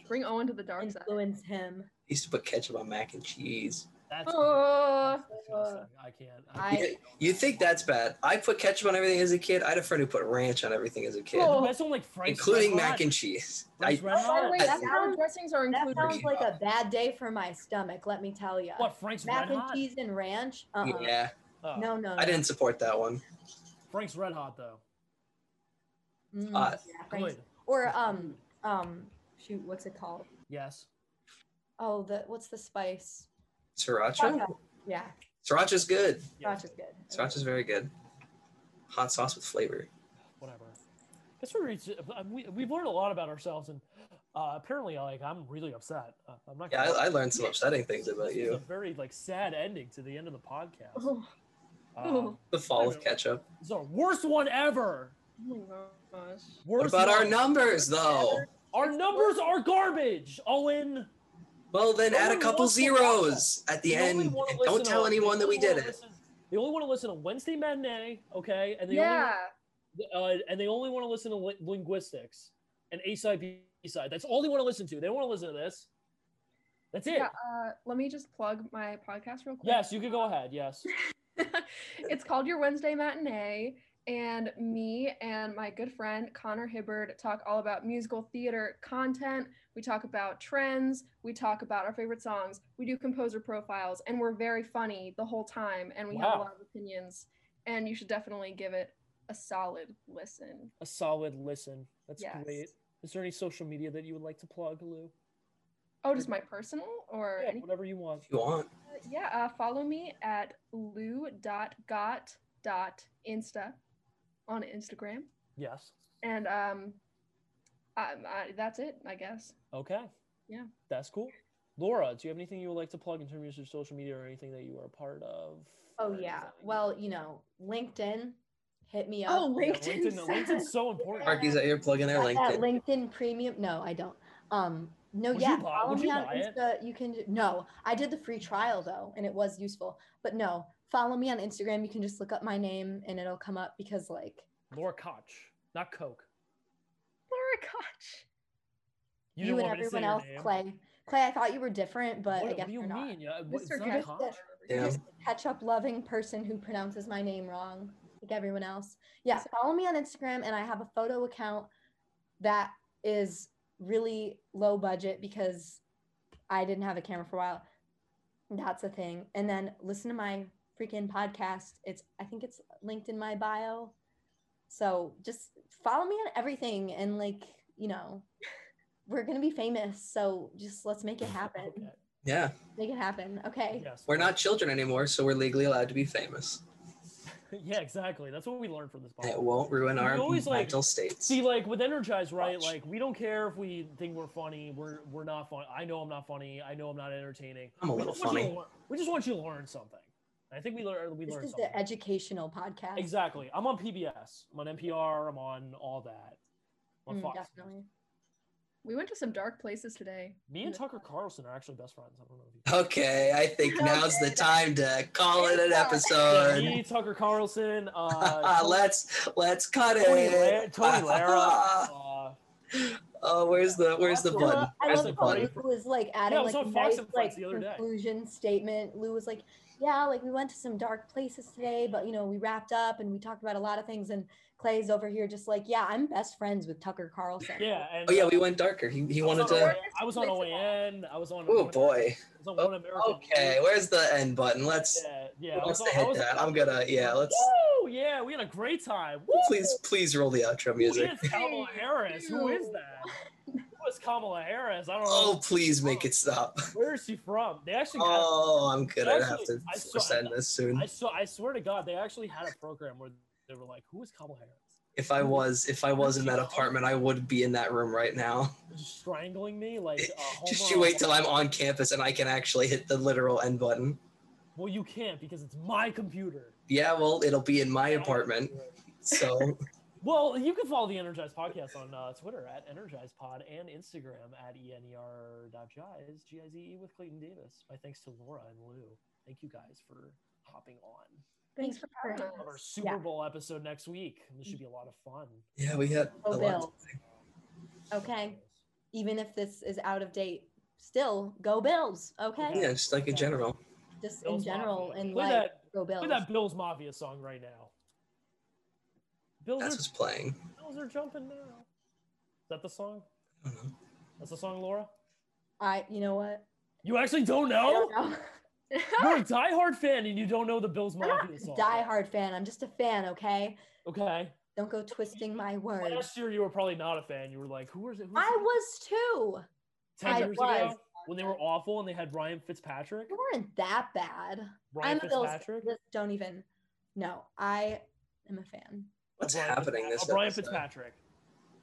Bring Owen to the dark side.
Influence him.
I used to put ketchup on mac and cheese.
That's
Uh,
Oh,
disgusting. I can't.
I-
can't.
You, you think that's bad? I put ketchup on everything as a kid. I had a friend who put ranch on everything as a kid,
Oh,
You guys don't like Frank's
including
Red Hot?
mac and cheese. I,
Frank's Red Hot?
Oh, wait,
that's
that
how
sounds-
dressings are
That
included.
sounds like a bad day for my stomach. Let me tell you.
What Frank's
Mac
Red
and
Hot?
cheese and ranch. Uh. uh
yeah,
Oh,
No, no.
I
no.
didn't support that one.
Frank's Red Hot though.
Mm,
Hot.
yeah, Frank's-
Good.
Or um um shoot, what's it called?
Yes.
Oh, the what's the spice?
Sriracha.
Sriracha. Yeah,
Sriracha's good.
Yeah.
sriracha's good.
Sriracha's very good. Hot sauce with flavor.
whatever. Guess we're reach- uh, we, we've learned a lot about ourselves, and uh, apparently, like I'm really upset. Uh, I'm not.
Yeah,
gonna lie.
I, I learned some upsetting things about
This was a
you.
very like sad ending to the end of the podcast.
Oh,
Um,
The fall of ketchup.
it's our worst one ever.
Oh my gosh.
What
Worst
about our
one.
numbers, though?
Our numbers are garbage, Owen.
Well, then
No
add a
one
couple
wants to watch
zeros at the
You only
end.
wanna
and
listen
Don't
to-
tell anyone that we
you only
did
wanna
it.
listen- They only want to listen to Wednesday Matinee, okay? And they
Yeah.
only, uh, and they only want to listen to li- linguistics and A side B side. That's all they want to listen to. They don't want to listen to this. That's it.
Yeah. Uh, let me just plug my podcast real quick.
Yes, you could go ahead. Yes.
it's called Your Wednesday Matinee, and me and my good friend Connor Hibbard talk all about musical theater content. We talk about trends, we talk about our favorite songs, we do composer profiles, and we're very funny the whole time, and we have a
Wow.
lot of opinions. And you should definitely give it a solid listen.
a solid listen. That's
Yes.
great. Is there any social media that you would like to plug, Lou?
Oh, just my personal or
Yeah,
anything?
whatever you want.
If you want.
Uh, yeah, uh, follow me at lou.got.insta on Instagram.
Yes.
And um, um I, that's it, I guess.
Okay.
Yeah.
That's cool. Laura, do you have anything you would like to plug in terms of your social media or anything that you are a part of? or
Oh yeah.
anything?
Well, you know, LinkedIn hit me up.
Oh,
Yeah,
LinkedIn.
LinkedIn, LinkedIn's so important.
Mark, is that your plug in there?
Got that
LinkedIn.
LinkedIn premium. No, I don't. Um no,
Would you
yeah.
buy-
follow
would
me
you
on
buy it?
Insta. You can no. I did the free trial though, and it was useful. But no, follow me on Instagram. You can just look up my name and it'll come up because like
Laura Koch, not Coke.
Laura Koch.
You,
you,
didn't
and
want me to say
everyone
your
else,
name.
Clay. Clay, I thought you were different,
What,
but I
what
guess
do you
you're not.
mean? Yeah, what- it's
Mr.
not
Koch.
Koch.
Gaspar.
Yeah.
just a ketchup loving person who pronounces my name wrong, like everyone else. Yeah, follow me on Instagram, and I have a photo account that is really low budget because I didn't have a camera for a while. That's a thing. And then listen to my freaking podcast. It's I think it's linked in my bio. So just follow me on everything, and like you know, we're gonna be famous. So just let's make it happen.
Okay.
Yeah.
Make it happen. Okay.
Yes.
We're not children anymore, so we're legally allowed to be famous.
yeah, exactly. That's what we learned from this podcast.
It won't ruin
We
our
always, like,
mental states.
See, like with Energize, right?
Ouch.
Like we don't care if we think we're funny. We're we're not funny. I know I'm not funny. I know I'm not entertaining.
I'm a
We
little
just want you to
funny.
learn- we just want you to learn something. And I think we learned we
This
learned
is
something.
the educational podcast.
exactly. I'm on PBS. I'm on NPR. I'm on all that. I'm on
Mm,
Fox.
definitely.
We went to some dark places today.
Me and Tucker Carlson are actually best friends. I don't know if you.
Okay, I think now's the time to call it an
Yeah,
Yeah.
episode.
me, Tucker Carlson, uh,
let's let's cut
Tony, La-
it.
Tony Lara. Uh,
oh, where's the where's the
I
button?
love- I
Where's the
love how
button?
Lou was like adding
it was
like a
on Fox
nice
and Friends
like
the other day.
conclusion statement. Lou was like, "Yeah, like we went to some dark places today, but you know we wrapped up and we talked about a lot of things." And Clay's over here just like, "Yeah, I'm best friends with Tucker Carlson."
yeah. And,
Oh yeah, we went darker. He, he
I was
wanted
on
to.
OAN, I was on OAN. I was on.
Oh
One-
boy.
I was on One American
Okay,
News.
where's the end button? Let's
Yeah, yeah. I
let's
was on- I
hit
was-
that. I'm gonna yeah. Let's
Woo! Yeah, we had a great time. Woo!
please please roll the outro music.
Who is Kamala Harris? Who is that? Who is Kamala Harris? I don't know.
Oh please make it stop.
Where is she from? They actually.
Oh, I'm gonna have to
Actually, I saw-
force end this soon.
I saw. I swear to God, they actually had a program where they were like, "Who is Kamala Harris?"
If I was if I was in that apartment, I would be in that room right now.
Just strangling me like. Uh,
Just
Homer
you
on-
wait till I'm on campus and I can actually hit the literal end button.
Well, you can't because it's my computer.
Yeah, well, it'll be in my apartment. So
Well, you can follow the Energize Podcast on uh, Twitter at Energize Pod and Instagram at E ENER.jize, G I Z E with Clayton Davis. My thanks to Laura and Lou. Thank you guys for hopping on.
Thanks for having
having
We'll have our
us.
Super
Yeah.
Bowl episode next week. This should be a lot of fun.
yeah, we had a
Oh,
Go
lot.
Bill. Okay. Even if this is out of date, still go Bills. Okay.
Yeah, just like in general.
Just
Bills
in general
Mafia.
and
play
like
that
go Bills.
play that Bills Mafia song right now. Bills
That's what's
are,
playing.
Bills are jumping now. Is that the song?
I don't know.
That's the song, Laura.
I you know what?
You actually don't know?
I don't know.
You're a diehard fan and you don't know the Bills Mafia song.
Die hard fan. I'm just a fan, okay?
Okay.
Don't go twisting my words.
Last year you were probably not a fan. You were like, who was it? Who was
I
it?
was too.
Ten
I
years
was.
ago when they were awful and they had Ryan Fitzpatrick.
You weren't that bad.
Ryan
I'm a Bills.
Fitzpatrick.
Just don't even. No, I am a fan.
What's
Of Ryan
happening
Fitzpa-
this
of Ryan
episode?
Oh, Fitzpatrick.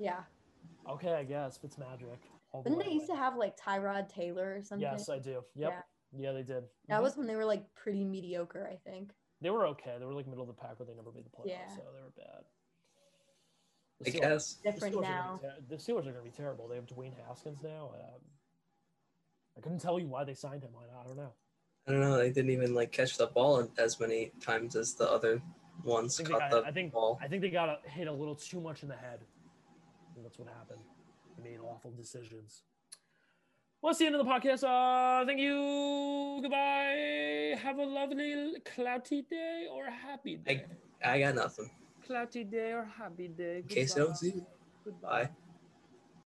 Yeah.
Okay, I guess Fitzmagic. all the
Didn't
way.
they used to have like Tyrod Taylor or something?
Yes, I do. Yep. Yeah,
Yeah.
they did.
That
Mhm.
was when they were like pretty mediocre, I think.
They were okay. They were like middle of the pack, but they never made the playoffs,
Yeah.
so they were bad.
I
The Steelers-
guess.
the
Different
Steelers are
now.
gonna be ter- the Steelers are going to be terrible. They have Dwayne Haskins now. Um, I couldn't tell you why they signed him. I, I don't know.
I don't know. They didn't even like catch the ball as many times as the other
I
ones
think, they
caught
got,
the
I, think
ball.
I think they got a, hit a little too much in the head. And that's what happened. They made awful decisions. Well, that's the end of the podcast. Uh, thank you. Goodbye. Have a lovely cloudy day or happy day.
I got nothing.
Cloudy day or happy day.
In case I don't see you.
Goodbye.
Bye.